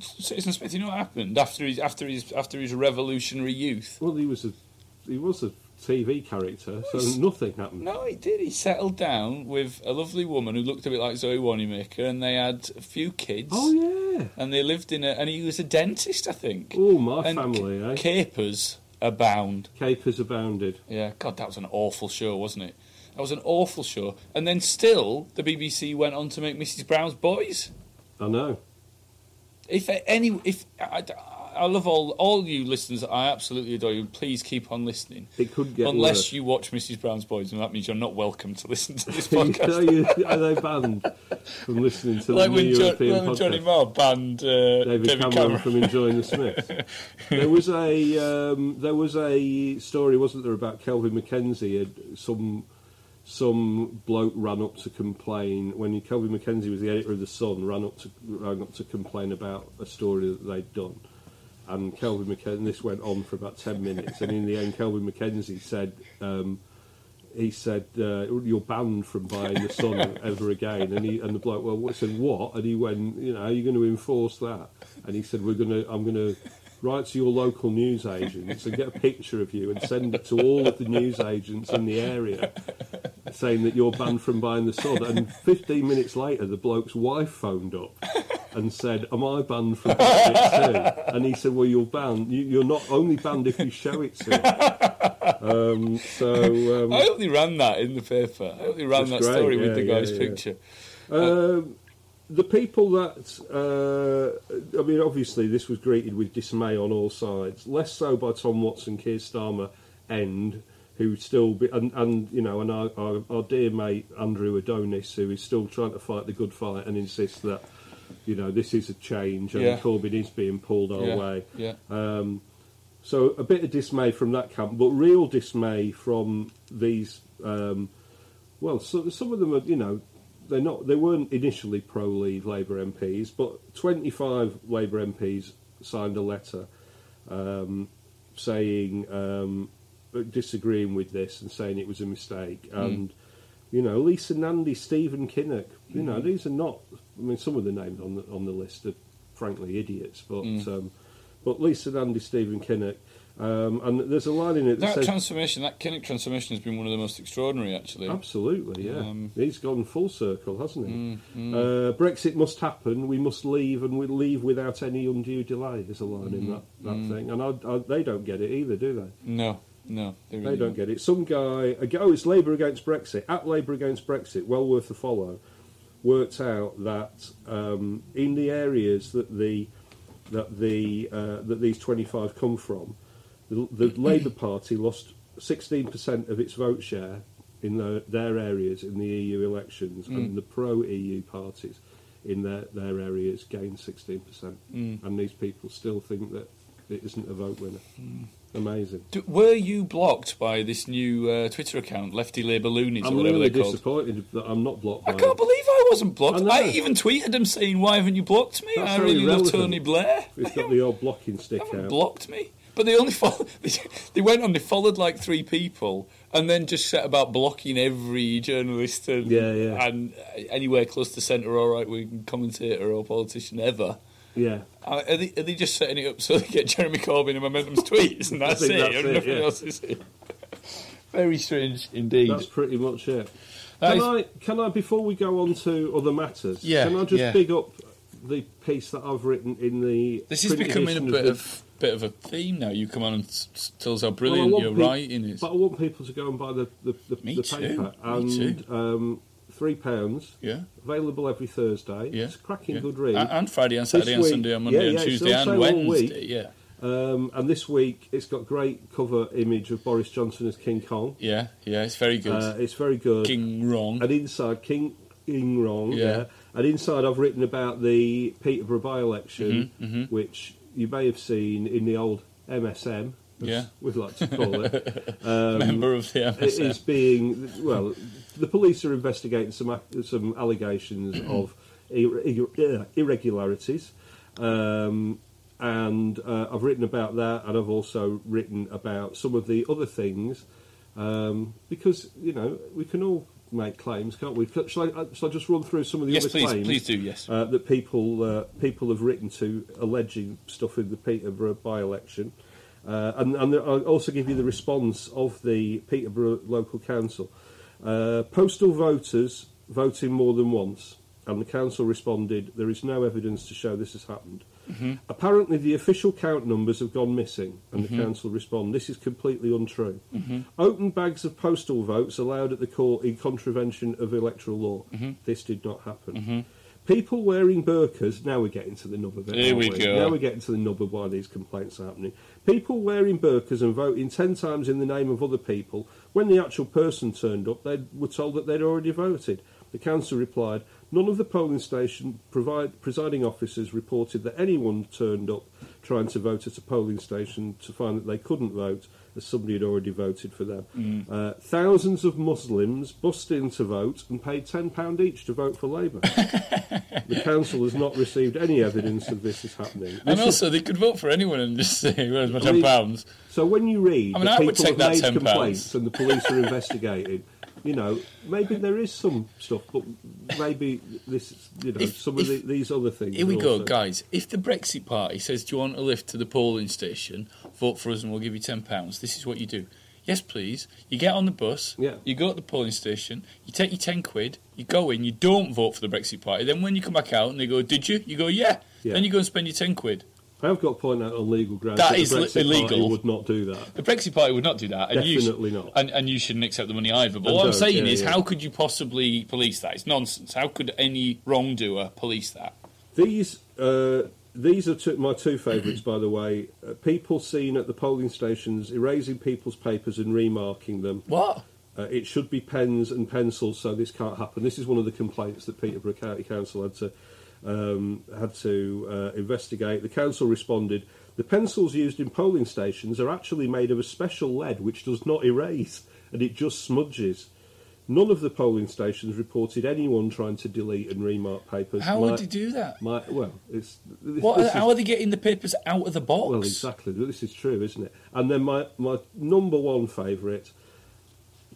B: Citizen Smith, you know what happened after his after his after his revolutionary youth.
C: Well, he was a he was a TV character, so nothing happened.
B: No, he did. He settled down with a lovely woman who looked a bit like Zoe Wanamaker, and they had a few kids.
C: Oh yeah,
B: And they lived in a. And he was a dentist, I think.
C: Oh, my
B: and
C: family, eh?
B: Capers abound.
C: capers abounded.
B: Yeah, God, that was an awful show, wasn't it? That was an awful show. And then still, the BBC went on to make Mrs. Brown's Boys.
C: I know.
B: If any, if I, I love all all you listeners, I absolutely adore you. Please keep on listening.
C: It could get
B: unless
C: worse.
B: you watch Mrs. Brown's Boys, and that means you're not welcome to listen to this
C: Are
B: podcast.
C: you- are they banned from listening to
B: like
C: the
B: when,
C: new
B: jo-
C: European
B: when
C: podcast?
B: Johnny Marr banned uh,
C: David, Cameron, from Enjoying the Smiths. there was a um, there was a story, wasn't there, about Kelvin McKenzie? Had some some bloke ran up to complain when Kelvin McKenzie was the editor of the Sun, ran up to ran up to complain about a story that they'd done. And Kelvin McKenzie, this went on for about ten minutes, and in the end, Kelvin McKenzie said. Um, he said, uh, "You're banned from buying the Sun ever again." And he and the bloke, well, what, said what? And he went, "You know, are you going to enforce that?" And he said, "We're going to. I'm going to write to your local news agents and get a picture of you and send it to all of the news agents in the area." Saying that you're banned from buying the Sun, and 15 minutes later, the bloke's wife phoned up and said, "Am I banned from buying it too?" And he said, "Well, you're banned. You, you're not only banned if you show it to." Me. Um, so um,
B: I hope they ran that in the paper. I hope they ran that
C: That's great,
B: story with
C: yeah,
B: the guy's
C: yeah, yeah.
B: picture.
C: Um, the people that, uh, I mean, obviously this was greeted with dismay on all sides. Less so by Tom Watson, Keir Starmer, and who still be, and, and you know, and our, our, our dear mate Andrew Adonis, who is still trying to fight the good fight and insists that, you know, this is a change and
B: Yeah.
C: Corbyn is being pulled our
B: yeah,
C: way. Uh,
B: yeah.
C: So a bit of dismay from that camp, but real dismay from these. Um, well, so, some of them are, you know, they're not. They weren't initially pro-leave Labour MPs, but 25 Labour MPs signed a letter um, saying um, disagreeing with this and saying it was a mistake. And you know, Lisa Nandy, Stephen Kinnock, you know, these are not. I mean, some of the names on the on the list are frankly idiots, but um, but Lisa Nandy, Stephen Kinnock, Um, and there's a line in it that,
B: That
C: says,
B: transformation, that Kinnick transformation, has been one of the most extraordinary, actually.
C: Oh, Absolutely, yeah.
B: Um,
C: He's gone full circle, hasn't he? Uh, Brexit must happen. We must leave, and we leave without any undue delay. Is a line in that, that thing, and I, I, they don't get it either, do they?
B: No, no, they really
C: They don't get it. Some guy, a guy, oh, it's Labour against Brexit. At Labour against Brexit, well worth a follow. Worked out that um, in the areas that the that the uh, that these twenty five come from, the, the Labour Party lost sixteen percent of its vote share in the, their areas in the EU elections, and the pro EU parties in their their areas gained sixteen percent. And these people still think that it isn't a vote winner. Amazing.
B: Do, were you blocked by this new uh, Twitter account, Lefty Labour Loonies, or
C: I'm
B: whatever
C: really
B: they're called?
C: disappointed that I'm not blocked. By
B: I can't believe I wasn't blocked.
C: I know.
B: I, even tweeted him saying, "Why haven't you blocked me?
C: That's
B: I
C: very
B: really love
C: relevant.
B: Tony Blair."
C: it. It's got the old blocking stick
B: They haven't
C: out.
B: blocked me. But they only followed, they, they went on, they followed like three people and then just set about blocking every journalist and,
C: Yeah, yeah.
B: and uh, anywhere close to centre or right wing commentator or politician ever.
C: yeah,
B: Are are they, are they just setting it up so they get Jeremy Corbyn and Momentum's tweets and
C: I
B: that's
C: think
B: it?
C: that's
B: and
C: it,
B: nothing
C: yeah.
B: else is it? Very strange indeed.
C: that's pretty much it.
B: That
C: Can
B: is-
C: I? Can I? Before we go on to other matters,
B: Yeah,
C: can I just
B: yeah.
C: big up the piece that I've written in the?
B: this is
C: print
B: becoming a
C: edition
B: bit
C: the-
B: of bit of a theme now. You come on and s- s- tell us how
C: Well, I
B: brilliant
C: want
B: your
C: peop-
B: writing is.
C: But I want people to go and buy the the, the,
B: Me
C: the
B: too,
C: paper
B: me
C: and
B: too.
C: Um, three pounds.
B: Yeah.
C: Available every Thursday.
B: Yeah,
C: It's a cracking
B: yeah.
C: good read.
B: A- and Friday and
C: This
B: Saturday and
C: week-
B: Sunday and
C: yeah,
B: Monday
C: yeah,
B: and
C: it's
B: Tuesday
C: also
B: and
C: all
B: Wednesday.
C: week.
B: Yeah,
C: Um, and this week, it's got great cover image of Boris Johnson as King Kong.
B: yeah, yeah. It's very good.
C: Uh, it's very good.
B: King wrong.
C: And inside King King Wrong,
B: Yeah.
C: yeah. And inside I've written about the Peterborough by-election,
B: Mm-hmm,
C: which you may have seen in the old MSM, as
B: Yeah.
C: we like to call it.
B: member of the
C: it is
B: MSF.
C: being well, the police are investigating some ac- some allegations of ir- ir- irregularities. Um, and uh, I've written about that, and I've also written about some of the other things um, because you know we can all make claims, can't we? Shall I, uh, shall I just run through some of the
B: Yes,
C: other
B: please,
C: claims?
B: please do, yes.
C: uh, that people uh, people have written to alleging stuff in the Peterborough by-election, uh, and, and I'll also give you the response of the Peterborough local council. Uh, postal voters voting more than once, and the council responded, "There is no evidence to show this has happened." Apparently, the official count numbers have gone missing, and
B: Mm-hmm.
C: the council respond, "This is completely untrue." Open bags of postal votes allowed at the court in contravention of electoral law.
B: Mm-hmm.
C: This did not happen. People wearing burqas. Now we're getting to the nub of it.
B: Here
C: aren't
B: we go.
C: Now we're getting to the nub of why these complaints are happening. People wearing burqas and voting ten times in the name of other people. When the actual person turned up, they were told that they'd already voted. The council replied, "None of the polling station provide, presiding officers reported that anyone turned up trying to vote at a polling station to find that they couldn't vote." As somebody had already voted for them.
B: Mm.
C: Uh, thousands of Muslims bussed in to vote and paid £10 each to vote for Labour. The council has not received any evidence of this is happening.
B: And
C: This is-
B: also, they could vote for anyone and just say, "Where's my
C: I
B: ten
C: mean,
B: pounds?"
C: So when you read,
B: I mean,
C: that
B: I would
C: people
B: take that
C: have made
B: £10.
C: complaints and the police are investigating. You know, maybe there is some stuff, but maybe this, is, you know,
B: If-
C: some of the,
B: if-
C: these other things.
B: Here we
C: are
B: go,
C: also-
B: guys. If the Brexit Party says, "Do you want a lift to the polling station? Vote for us, and we'll give you ten pounds." This is what you do. Yes, please. You get on the bus.
C: Yeah.
B: You go to the polling station. You take your ten quid. You go in. You don't vote for the Brexit Party. Then when you come back out and they go, "Did you?" You go, "Yeah."
C: Yeah.
B: Then you go and spend your ten quid.
C: I have got to point out on legal grounds
B: That
C: that,
B: is
C: the
B: li-
C: Brexit Party
B: illegal.
C: would not do that.
B: The Brexit Party would not do that. And
C: Definitely
B: you sh-
C: not.
B: And, and you shouldn't accept the money either. But
C: And
B: what I'm
C: don't,
B: saying
C: yeah,
B: is,
C: yeah.
B: how could you possibly police that? It's nonsense. How could any wrongdoer police that?
C: These uh, these are two, my two favourites, by the way. Uh, people seen at the polling stations erasing people's papers and remarking them.
B: What?
C: Uh, it should be pens and pencils, so this can't happen. This is one of the complaints that Peterborough County Council had to um, had to uh, investigate. The council responded: the pencils used in polling stations are actually made of a special lead which does not erase and it just smudges. None of the polling stations reported anyone trying to delete and remark papers.
B: How would they do that?
C: My, well, it's this,
B: What?
C: this is-
B: how are they getting the papers out of the box?
C: well, exactly. This is true, isn't it? And then my, my number one favourite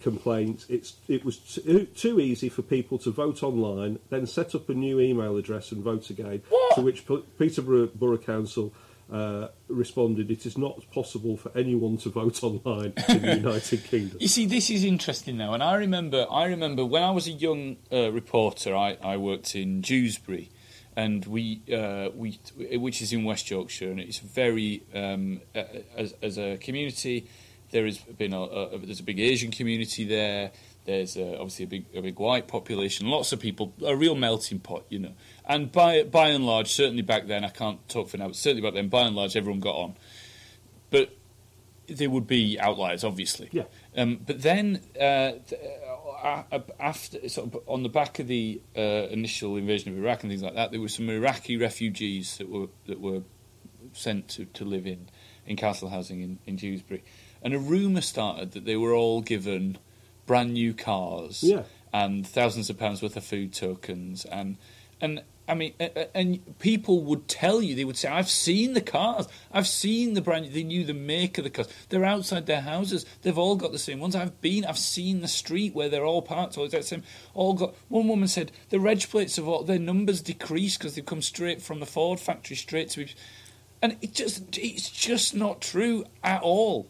C: complaint it's it was too, too easy for people to vote online, then set up a new email address and vote again.
B: What?
C: To which P- Peterborough Borough Council uh, responded, "It is not possible for anyone to vote online in the United Kingdom."
B: You see, this is interesting now, and I remember, I remember when I was a young uh, reporter, I, I worked in Dewsbury, and we uh, we which is in West Yorkshire, and it's very um, a- as, as a community. There has been a, a there's a big Asian community there. There's uh obviously a big a big white population. Lots of people, a real melting pot, you know. And by by and large, certainly back then, I can't talk for now, but certainly back then, by and large, everyone got on. But there would be outliers, obviously.
C: Yeah.
B: Um, but then, uh, th- uh, a- after sort of on the back of the uh, initial invasion of Iraq and things like that, there were some Iraqi refugees that were that were sent to, to live in in castle housing in, in Dewsbury, and a rumour started that they were all given brand new cars
C: Yeah.
B: and thousands of pounds worth of food tokens and and I mean a- a- and people would tell you they would say I've seen the cars I've seen the brand they knew the make of the cars they're outside their houses they've all got the same ones I've been I've seen the street where they're all parked all that same all got one woman said the reg plates of all their numbers decrease because they've come straight from the Ford factory straight to and it just it's just not true at all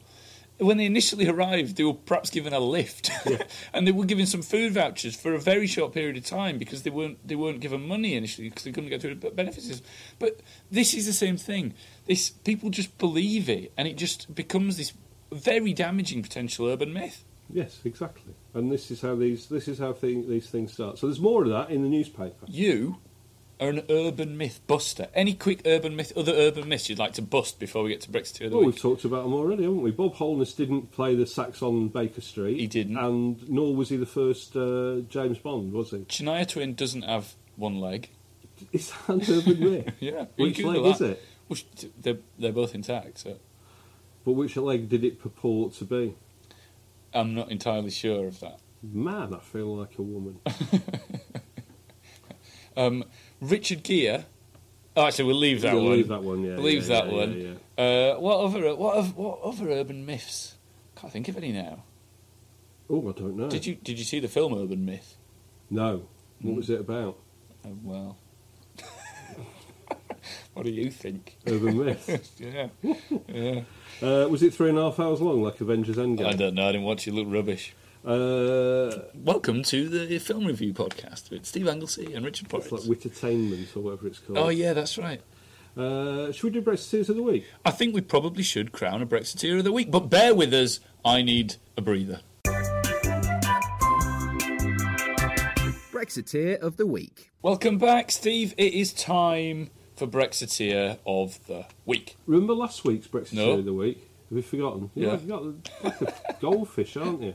B: when they initially arrived, they were perhaps given a lift, and they were given some food vouchers for a very short period of time because they weren't they weren't given money initially because they couldn't get through the benefits. system. But this is the same thing. This people just believe it, and it just becomes this very damaging potential urban myth.
C: Yes, exactly. And this is how these this is how thing, these things start. So there's more of that in the newspaper.
B: You are an urban myth buster. Any quick urban myth, other urban myths you'd like to bust before we get to Brexiteer of the
C: Well,
B: week?
C: we've talked about them already, haven't we? Bob Holness didn't play the sax on Baker Street.
B: He didn't.
C: and nor was he the first uh, James Bond, was he?
B: Shania Twain doesn't have one leg.
C: Is that an urban myth?
B: Yeah, you
C: Which
B: Google
C: leg
B: that.
C: is it?
B: Well, sh- they're they're both intact. So.
C: But which leg did it purport to be?
B: I'm not entirely sure of that.
C: Man, I feel like a woman.
B: Um, Richard Gere. Oh, actually, we'll leave that
C: We'll
B: one.
C: leave that one, yeah,
B: Leave
C: yeah,
B: that
C: yeah,
B: one.
C: yeah,
B: Uh, what other what of, what other urban myths? Can't think of any now.
C: Oh, I don't know.
B: Did you Hmm. did you see the film Urban Myth?
C: No. What was it about?
B: Oh, well, what do you think?
C: Urban myth.
B: Yeah,
C: Uh, was it three and a half hours long, like Avengers
B: I
C: Endgame?
B: don't know. I didn't watch it. it. Looked rubbish.
C: Uh,
B: Welcome to the film review podcast with Steve Anglesey and Richard Porritt.
C: it's like Wittertainment or whatever it's called.
B: oh yeah, that's right.
C: Uh, should we do Brexiteers of the Week?
B: I think we probably should crown a Brexiteer of the week, but bear with us. I need a breather.
E: Brexiteer of the Week.
B: Welcome back, Steve. It is time for Brexiteer of the week.
C: Remember last week's Brexiteer
B: No.
C: of the Week? Have you forgotten?
B: Yeah.
C: You've got like a goldfish, aren't you?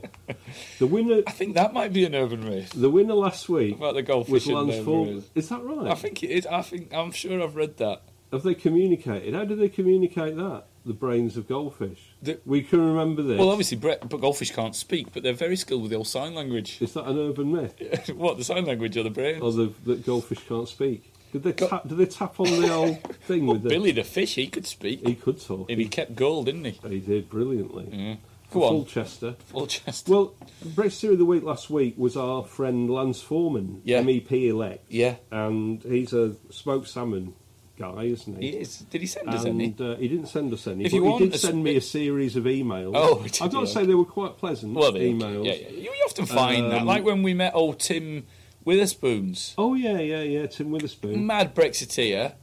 C: The winner,
B: I think that might be an urban myth
C: the winner last week
B: about the goldfish
C: was
B: in
C: Lance
B: there,
C: Ford.
B: Maurice.
C: Is that right?
B: I think it is. I think I'm sure I've read that.
C: Have they communicated? How did they communicate that? The brains of goldfish.
B: The-
C: we can remember this.
B: Well, obviously, Bre- but goldfish can't speak, but they're very skilled with the old sign language.
C: Is that an urban myth?
B: what the sign language of the brain?
C: Or the, that goldfish can't speak? Did they
B: Go-
C: tap? Did they tap on the old thing
B: Well,
C: with the?
B: Billy the fish, he could speak.
C: He could talk.
B: If he kept gold, didn't he?
C: He did brilliantly.
B: Go on.
C: Colchester.
B: Full chest.
C: Well, Brexiteer of the Week last week was our friend Lance Foreman,
B: Yeah.
C: MEP elect.
B: Yeah.
C: And he's a smoked salmon guy, isn't he?
B: he is. Did he send us any?
C: And uh, he didn't send us any,
B: If you
C: but
B: want
C: he
B: a
C: did send me a series of emails.
B: Oh, did
C: I've got to
B: he?
C: say they were quite pleasant
B: Well, they,
C: emails.
B: yeah, yeah. You, you often find that,
C: Um,
B: like when we met old Tim Witherspoon's
C: Oh yeah, yeah, yeah. Tim Witherspoon.
B: mad Brexiteer,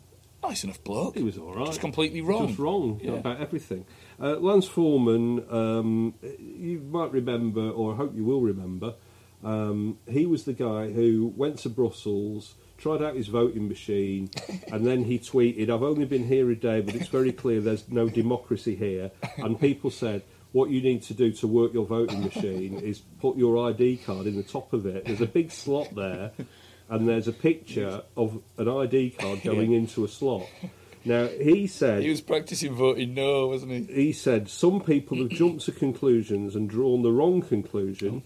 B: nice enough bloke.
C: He was all right.
B: Just completely wrong.
C: Just wrong
B: Yeah.
C: about everything. Uh, Lance Foreman, um, you might remember, or I hope you will remember, um, he was the guy who went to Brussels, tried out his voting machine, and then he tweeted, I've only been here a day, but it's very clear there's no democracy here. And people said, what you need to do to work your voting machine is put your ID card in the top of it. There's a big slot there, and there's a picture of an ID card going into a slot. Now he said
B: He was practicing voting no, wasn't he?
C: he said some people have jumped to conclusions and drawn the wrong conclusion.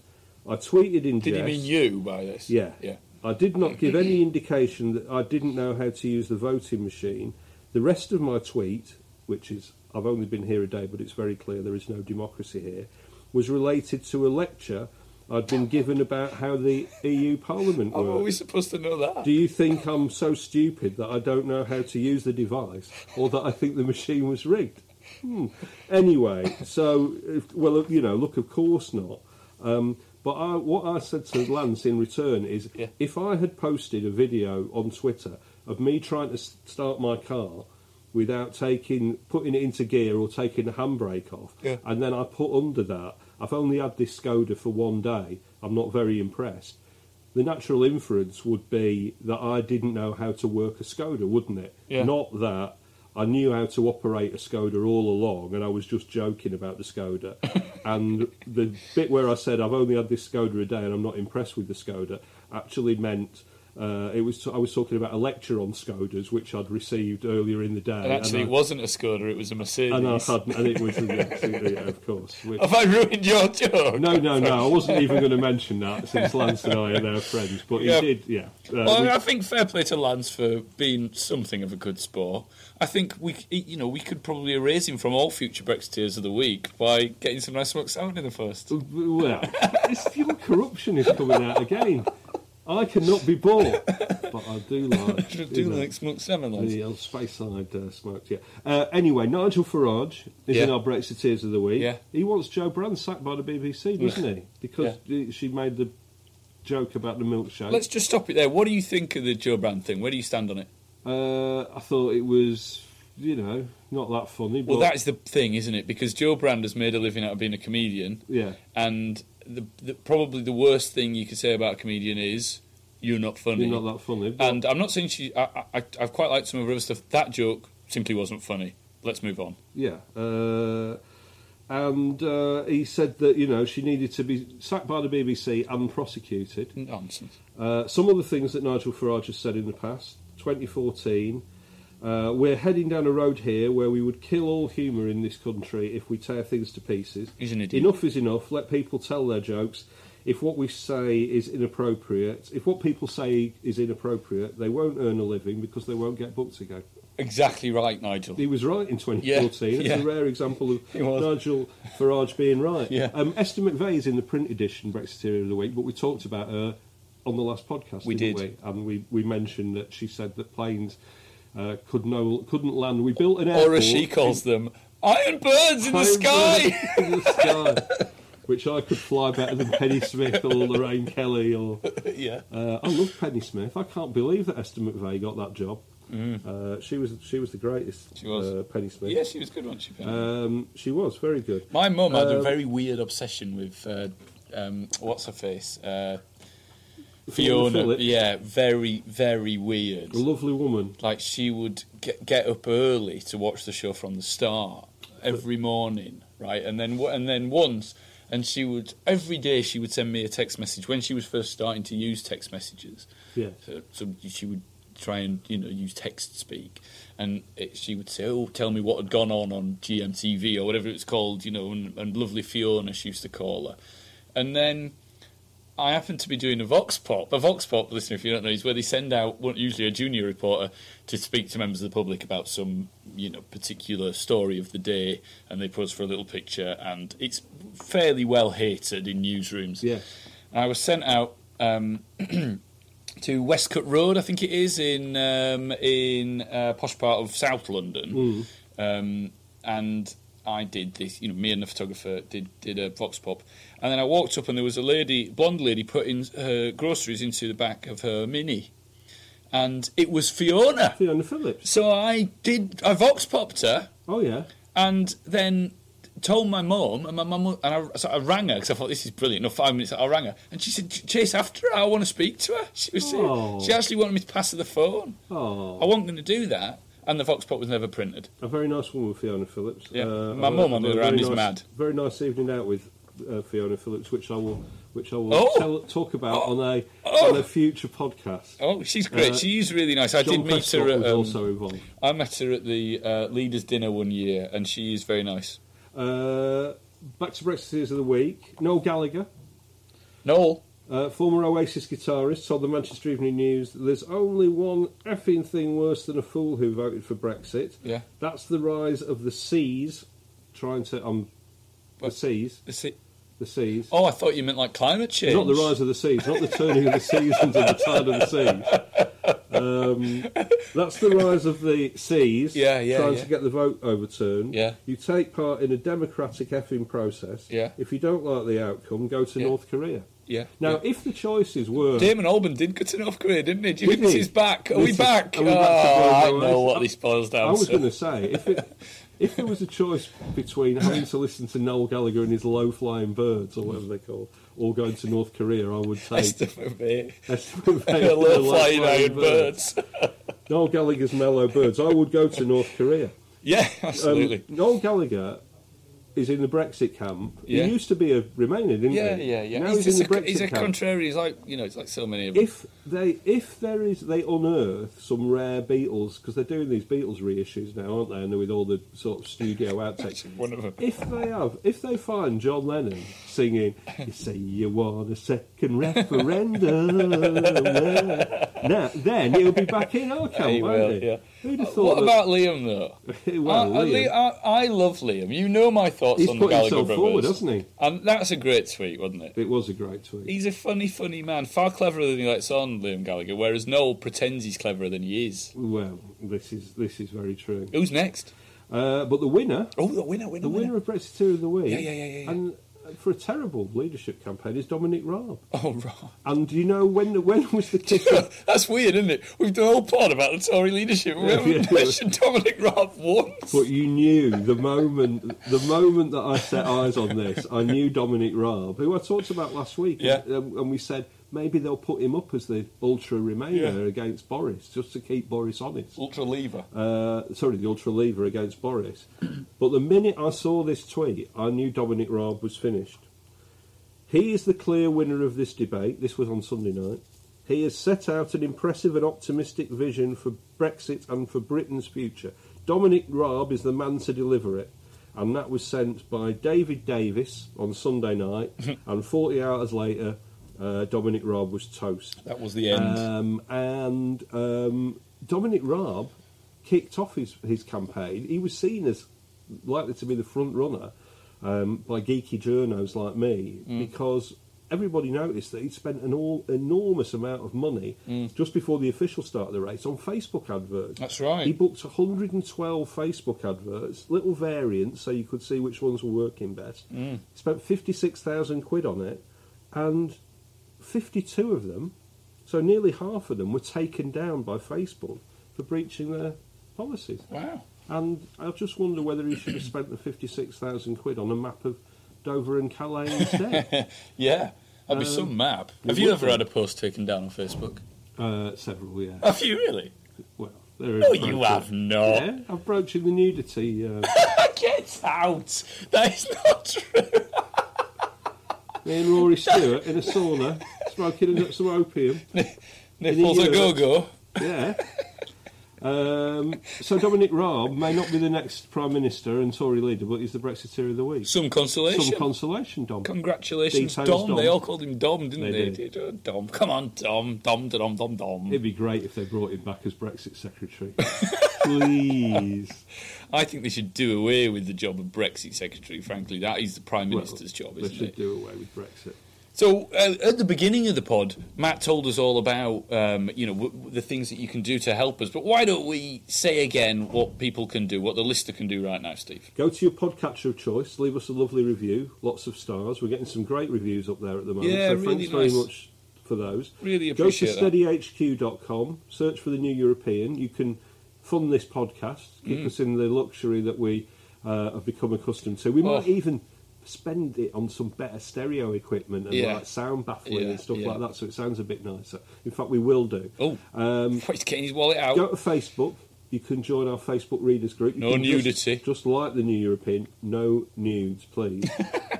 C: I tweeted in
B: Did
C: jest.
B: he mean you by this?
C: Yeah.
B: Yeah.
C: I did not give any indication that I didn't know how to use the voting machine. The rest of my tweet, which is I've only been here a day, but it's very clear there is no democracy here, was related to a lecture I'd been given about how the EU Parliament
B: How are Oh, we
C: works.
B: supposed to know that?
C: Do you think I'm so stupid that I don't know how to use the device, or that I think the machine was rigged? Hmm. Anyway, so if, well, you know, look, of course not. Um, but I, what I said to Lance in return is,
B: Yeah.
C: if I had posted a video on Twitter of me trying to s- start my car without taking putting it into gear or taking the handbrake off,
B: Yeah.
C: and then I put under that, I've only had this Skoda for one day. I'm not very impressed. The natural inference would be that I didn't know how to work a Skoda, wouldn't it?
B: Yeah.
C: Not that I knew how to operate a Skoda all along, and I was just joking about the Skoda. and the bit where I said I've only had this Skoda a day and I'm not impressed with the Skoda actually meant. Uh, it was. I was talking about a lecture on Skodas, which I'd received earlier in the day.
B: and actually,
C: I-
B: it wasn't a Skoda; it was a Mercedes.
C: and I hadn't, and it was absolutely, yeah, of course. Which,
B: Have I ruined your joke?
C: no, no, no. I wasn't even going to mention that since Lance and I are now friends, but he
B: Yeah.
C: did. Yeah. Uh,
B: Well,
C: we-
B: I think fair play to Lance for being something of a good sport. I think we, c- you know, we could probably erase him from all future Brexiteers of the week by getting some nice smokes out in the first.
C: well, this fuel corruption is coming out again. I cannot be bought, but I do like.
B: Should
C: you
B: do
C: know,
B: like smoked salmon, Lance.
C: The old space side uh, smoked, yeah. Uh, anyway, Nigel Farage is
B: Yeah.
C: in our Brexiteers of the week.
B: Yeah.
C: He wants Joe Brand sacked by the BBC, doesn't he? Because uh, she made the joke about the milkshake.
B: Let's just stop it there. What do you think of the Joe Brand thing? Where do you stand on it?
C: Uh, I thought it was, you know, not that funny. But
B: Well, that is the thing, isn't it? Because Joe Brand has made a living out of being a comedian,
C: yeah,
B: and the, the, probably the worst thing you could say about a comedian is you're not funny.
C: you're not that funny. But
B: and I'm not saying she. I, I, I've quite liked some of her other stuff. That joke simply wasn't funny. Let's move on.
C: yeah, uh, and uh, he said that you know she needed to be sacked by the BBC and prosecuted.
B: Nonsense.
C: Uh, some of the things that Nigel Farage has said in the past, 2014. Uh, we're heading down a road here where we would kill all humour in this country if we tear things to pieces.
B: He's an idiot.
C: Enough is enough. Let people tell their jokes. If what we say is inappropriate, if what people say is inappropriate, they won't earn a living because they won't get booked again.
B: Exactly right, Nigel.
C: He was right in 2014.
B: Yeah,
C: it's
B: yeah.
C: a rare example of
B: He was.
C: Nigel Farage being right.
B: Yeah.
C: Um, Esther McVeigh is in the print edition Brexiteer of the Week, but we talked about her on the last podcast,
B: We
C: didn't
B: did.
C: we? And we, we mentioned that she said that planes uh, could no couldn't land. We built an airport.
B: Or as she calls them, iron birds in the sky.
C: in the sky. Which I could fly better than Penny Smith or Lorraine Kelly or
B: yeah.
C: uh, I love Penny Smith. I can't believe that Esther McVeigh got that job. Uh, she was she was the greatest.
B: Mm. She was.
C: uh, Penny Smith.
B: Yeah, she was good, wasn't she? Penny?
C: Um, she was very good.
B: My mum had a
C: um,
B: very weird obsession with uh, um, what's her face, uh, Fiona.
C: Phillips.
B: Yeah, very very weird.
C: A lovely woman.
B: Like she would get, get up early to watch the show from the start every morning, right? And then wh- and then once, and she would every day she would send me a text message when she was first starting to use text messages.
C: Yeah.
B: So, so she would try and you know use text speak, and it, she would say, "Oh, tell me what had gone on on GMTV or whatever it's called," you know, and, and lovely Fiona she used to call her, and then. I happened to be doing a Vox Pop. A Vox Pop, listener, if you don't know, is where they send out well, usually a junior reporter to speak to members of the public about some, you know, particular story of the day, and they pose for a little picture, and it's fairly well hated in newsrooms.
C: Yeah.
B: I was sent out um, to Westcote Road, I think it is in um, in a posh part of South London, um, and I did this. You know, me and the photographer did did a vox pop, and then I walked up and there was a lady, blonde lady, putting her groceries into the back of her mini, and it was Fiona.
C: Fiona Phillips.
B: So I did. I vox popped her
C: Oh yeah.
B: and then told my mum, and my mum and I, so I rang her because I thought this is brilliant. No, five minutes, I rang her, and she said, "Ch- "Chase after her. I want to speak to her." She was saying-
C: Oh.
B: she actually wanted me to pass her the phone.
C: Oh,
B: I wasn't going to do that, and the Vox Pop was never printed.
C: a very nice woman, Fiona Phillips.
B: Yeah.
C: Uh,
B: My
C: I've-
B: mum, on
C: I've
B: the
C: had
B: other
C: a
B: hand,
C: very
B: is
C: nice-
B: mad.
C: Very nice evening out with uh, Fiona Phillips, which I will, which I will
B: Oh.
C: tell, talk about
B: Oh.
C: on a
B: Oh.
C: on a future podcast.
B: Oh, she's great.
C: Uh,
B: she is really nice. I
C: John
B: did meet
C: Prescott
B: her. At,
C: was
B: um,
C: also involved.
B: I met her at the uh, leaders' dinner one year, and she is very nice.
C: Uh, back to Brexiteers of the week. Noel Gallagher.
B: Noel,
C: Uh, former Oasis guitarist told the Manchester Evening News that there's only one effing thing worse than a fool who voted for Brexit.
B: Yeah.
C: That's the rise of the C's trying to. Um, the
B: What?
C: C's.
B: is it
C: the seas.
B: Oh, I thought you meant like climate change.
C: Not the rise of the seas, not the turning of the seasons and the tide of the seas. Um, that's the rise of the seas.
B: Yeah, yeah,
C: Trying
B: yeah.
C: to get the vote overturned.
B: Yeah.
C: You take part in a democratic effing process.
B: Yeah.
C: If you don't like the outcome, go to
B: Yeah.
C: North Korea.
B: Yeah.
C: Now,
B: yeah.
C: if the choices were
B: Damon Alban did go to North Korea, didn't he? Do you
C: Did
B: think this
C: he?
B: is back? Are
C: This
B: we
C: is-
B: back?
C: are we back to
B: Oh, I
C: globalisation?
B: know what this boils down
C: I was
B: to.
C: going to say if it, if there was a choice between having to listen to Noel Gallagher and his low flying birds or whatever they're called, or going to North Korea, I would take
B: Estimate.
C: estimate
B: The
C: the
B: little
C: low
B: flying iron
C: birds.
B: birds.
C: Noel Gallagher's mellow birds. I would go to North Korea.
B: Yeah,
C: Um,
B: absolutely.
C: Noel Gallagher is in the Brexit camp.
B: Yeah.
C: He used to be a Remainer, didn't
B: yeah,
C: he?
B: yeah, yeah.
C: Now
B: he's
C: he's,
B: just
C: in the
B: a,
C: Brexit
B: he's a
C: camp.
B: contrary. He's like you know, it's like so many of them.
C: If they, if there is, they unearth some rare Beatles because they're doing these Beatles reissues now, aren't they? And they're with all the sort of studio outtakes.
B: one of them.
C: If they have, if they find John Lennon singing, "You say you want a second referendum," now, then he'll be back in our camp,
B: He
C: won't
B: will,
C: he?
B: yeah.
C: Who'd have thought
B: Uh, What
C: that-
B: about Uh, Liam though?
C: Well,
B: I, I-
C: Liam.
B: I, I love Liam. You know my thoughts
C: He's
B: on the
C: put
B: Gallagher
C: himself
B: brothers.
C: forward, hasn't he?
B: And that's a great tweet, wasn't it?
C: It was a great tweet.
B: He's a funny, funny man, far cleverer than he lets on, Liam Gallagher. Whereas Noel pretends he's cleverer than he is.
C: Well, this is this is very true.
B: Who's next?
C: Uh, but the winner,
B: Oh, the winner, winner,
C: the winner of Brexiteer of the week,
B: Yeah, yeah, yeah, yeah, yeah.
C: and uh, for a terrible leadership campaign is Dominic Raab.
B: Oh, right.
C: And do you know when the, when was the kicker?
B: That's weird, isn't it? We've done a whole pod about the Tory leadership. We
C: Yeah,
B: haven't
C: yeah.
B: mentioned Dominic Raab once.
C: but you knew the moment the moment that I set eyes on this, I knew Dominic Raab, who I talked about last week,
B: Yeah.
C: and, and we said maybe they'll put him up as the ultra Remainer
B: Yeah.
C: against Boris, just to keep Boris honest.
B: Ultra lever.
C: uh, sorry, the ultra lever against Boris. But the minute I saw this tweet, I knew Dominic Raab was finished. He is the clear winner of this debate. This was on Sunday night. He has set out an impressive and optimistic vision for Brexit and for Britain's future. Dominic Raab is the man to deliver it. And that was sent by David Davis on Sunday night. and 40 hours later, uh, Dominic Raab was toast.
B: That was the end.
C: Um, and um, Dominic Raab kicked off his, his campaign. He was seen as likely to be the front runner um, by geeky journos like me
B: Mm.
C: because everybody noticed that he'd spent an all, enormous amount of money just before the official start of the race on Facebook adverts.
B: Mm. That's right.
C: He booked 112 Facebook adverts, little variants so you could see which ones were working best.
B: Mm.
C: Spent 56,000 quid on it, and 52 of them, so nearly half of them, were taken down by Facebook for breaching their policies.
B: wow.
C: And I just wonder whether he should have spent the 56,000 quid on a map of Dover and Calais instead.
B: Yeah. That'd be
C: Um,
B: some map.
C: it
B: Have you
C: would
B: ever
C: be.
B: had a post taken down on Facebook?
C: uh, several, yeah.
B: Have you really?
C: Well, there
B: No, Oh, you have not.
C: Yeah, I'm broaching the nudity. Uh,
B: Get out! That is not true.
C: me and Rory Stewart in a sauna, smoking and some opium.
B: Nipples a
C: Europe.
B: go go.
C: Yeah. Um, so Dominic Raab may not be the next Prime Minister and Tory leader, but he's the Brexiteer of the week.
B: Some consolation.
C: Some consolation, Dom.
B: Congratulations,
C: Details,
B: Dom.
C: Dom.
B: They all called him Dom, didn't
C: They
B: they?
C: did.
B: Did, uh, Dom. Come on, Dom. Dom, Dom, Dom, Dom.
C: It'd be great if they brought him back as Brexit Secretary. Please.
B: I think they should do away with the job of Brexit Secretary, frankly. That is the Prime Minister's
C: Well,
B: job,
C: They
B: isn't
C: should
B: it?
C: do away with Brexit.
B: So uh, at the beginning of the pod, Matt told us all about um, you know w- w- the things that you can do to help us. But why don't we say again what people can do, what the listener can do right now, Steve?
C: Go to your podcatcher of choice. Leave us a lovely review. Lots of stars. We're getting some great reviews up there at the moment.
B: Yeah,
C: so
B: really
C: thanks
B: nice.
C: very much for those.
B: Really
C: Go to
B: appreciate that.
C: steadyhq.com. Search for the New European. You can fund this podcast. Keep
B: Mm.
C: us in the luxury that we uh, have become accustomed to. We might
B: Oh.
C: even spend it on some better stereo equipment and
B: Yeah.
C: like sound baffling
B: Yeah,
C: and stuff
B: yeah.
C: like that, so it sounds a bit nicer. In fact, we will do.
B: Oh,
C: Um,
B: he's getting his wallet out.
C: Go to Facebook. You can join our Facebook readers group. You
B: Oh. No
C: can just-
B: nudity.
C: Just, like the New European, no nudes, please.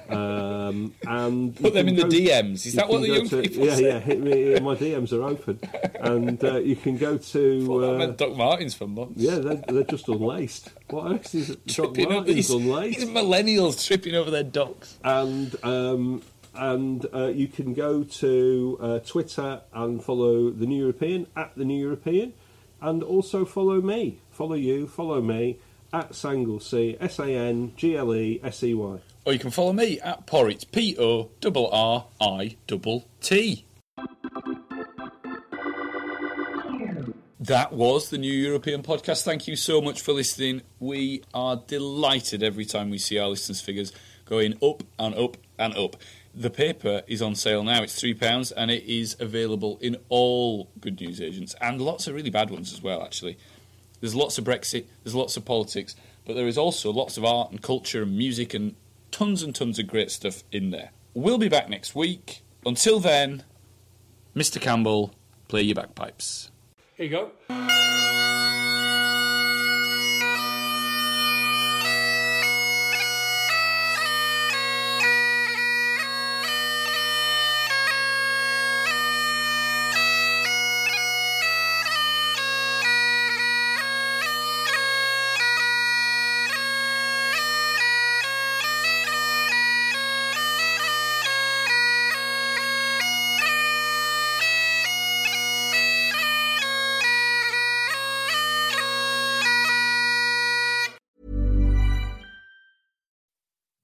C: um, and you
B: Put them
C: can
B: in the
C: go-
B: DMs. Is
C: you
B: that what
C: can
B: the
C: go
B: young
C: to-
B: people
C: Yeah,
B: say?
C: yeah. Hit me, my DMs are open, and uh, you can go to.
B: Well, I
C: Uh,
B: meant Doc Martins for months.
C: yeah, they're, they're just unlaced. What else is it? Doc
B: tripping over
C: Martens
B: these,
C: unlaced.
B: these millennials tripping over their docs.
C: and um, and uh, you can go to uh, Twitter and follow the New European at the New European, and also follow me, follow you, follow me at Sanglesey, S A N G L E S E Y.
B: Or you can follow me at Porritt, P O R R I T T. That was the new European podcast. Thank you so much for listening. We are delighted every time we see our listeners' figures going up and up and up. The paper is on sale now. It's £3 and it is available in all good news agents and lots of really bad ones as well, actually. There's lots of Brexit, there's lots of politics, but there is also lots of art and culture and music and tons and tons of great stuff in there. We'll be back next week. Until then, Mr. Campbell, play your bagpipes.
D: Here you go.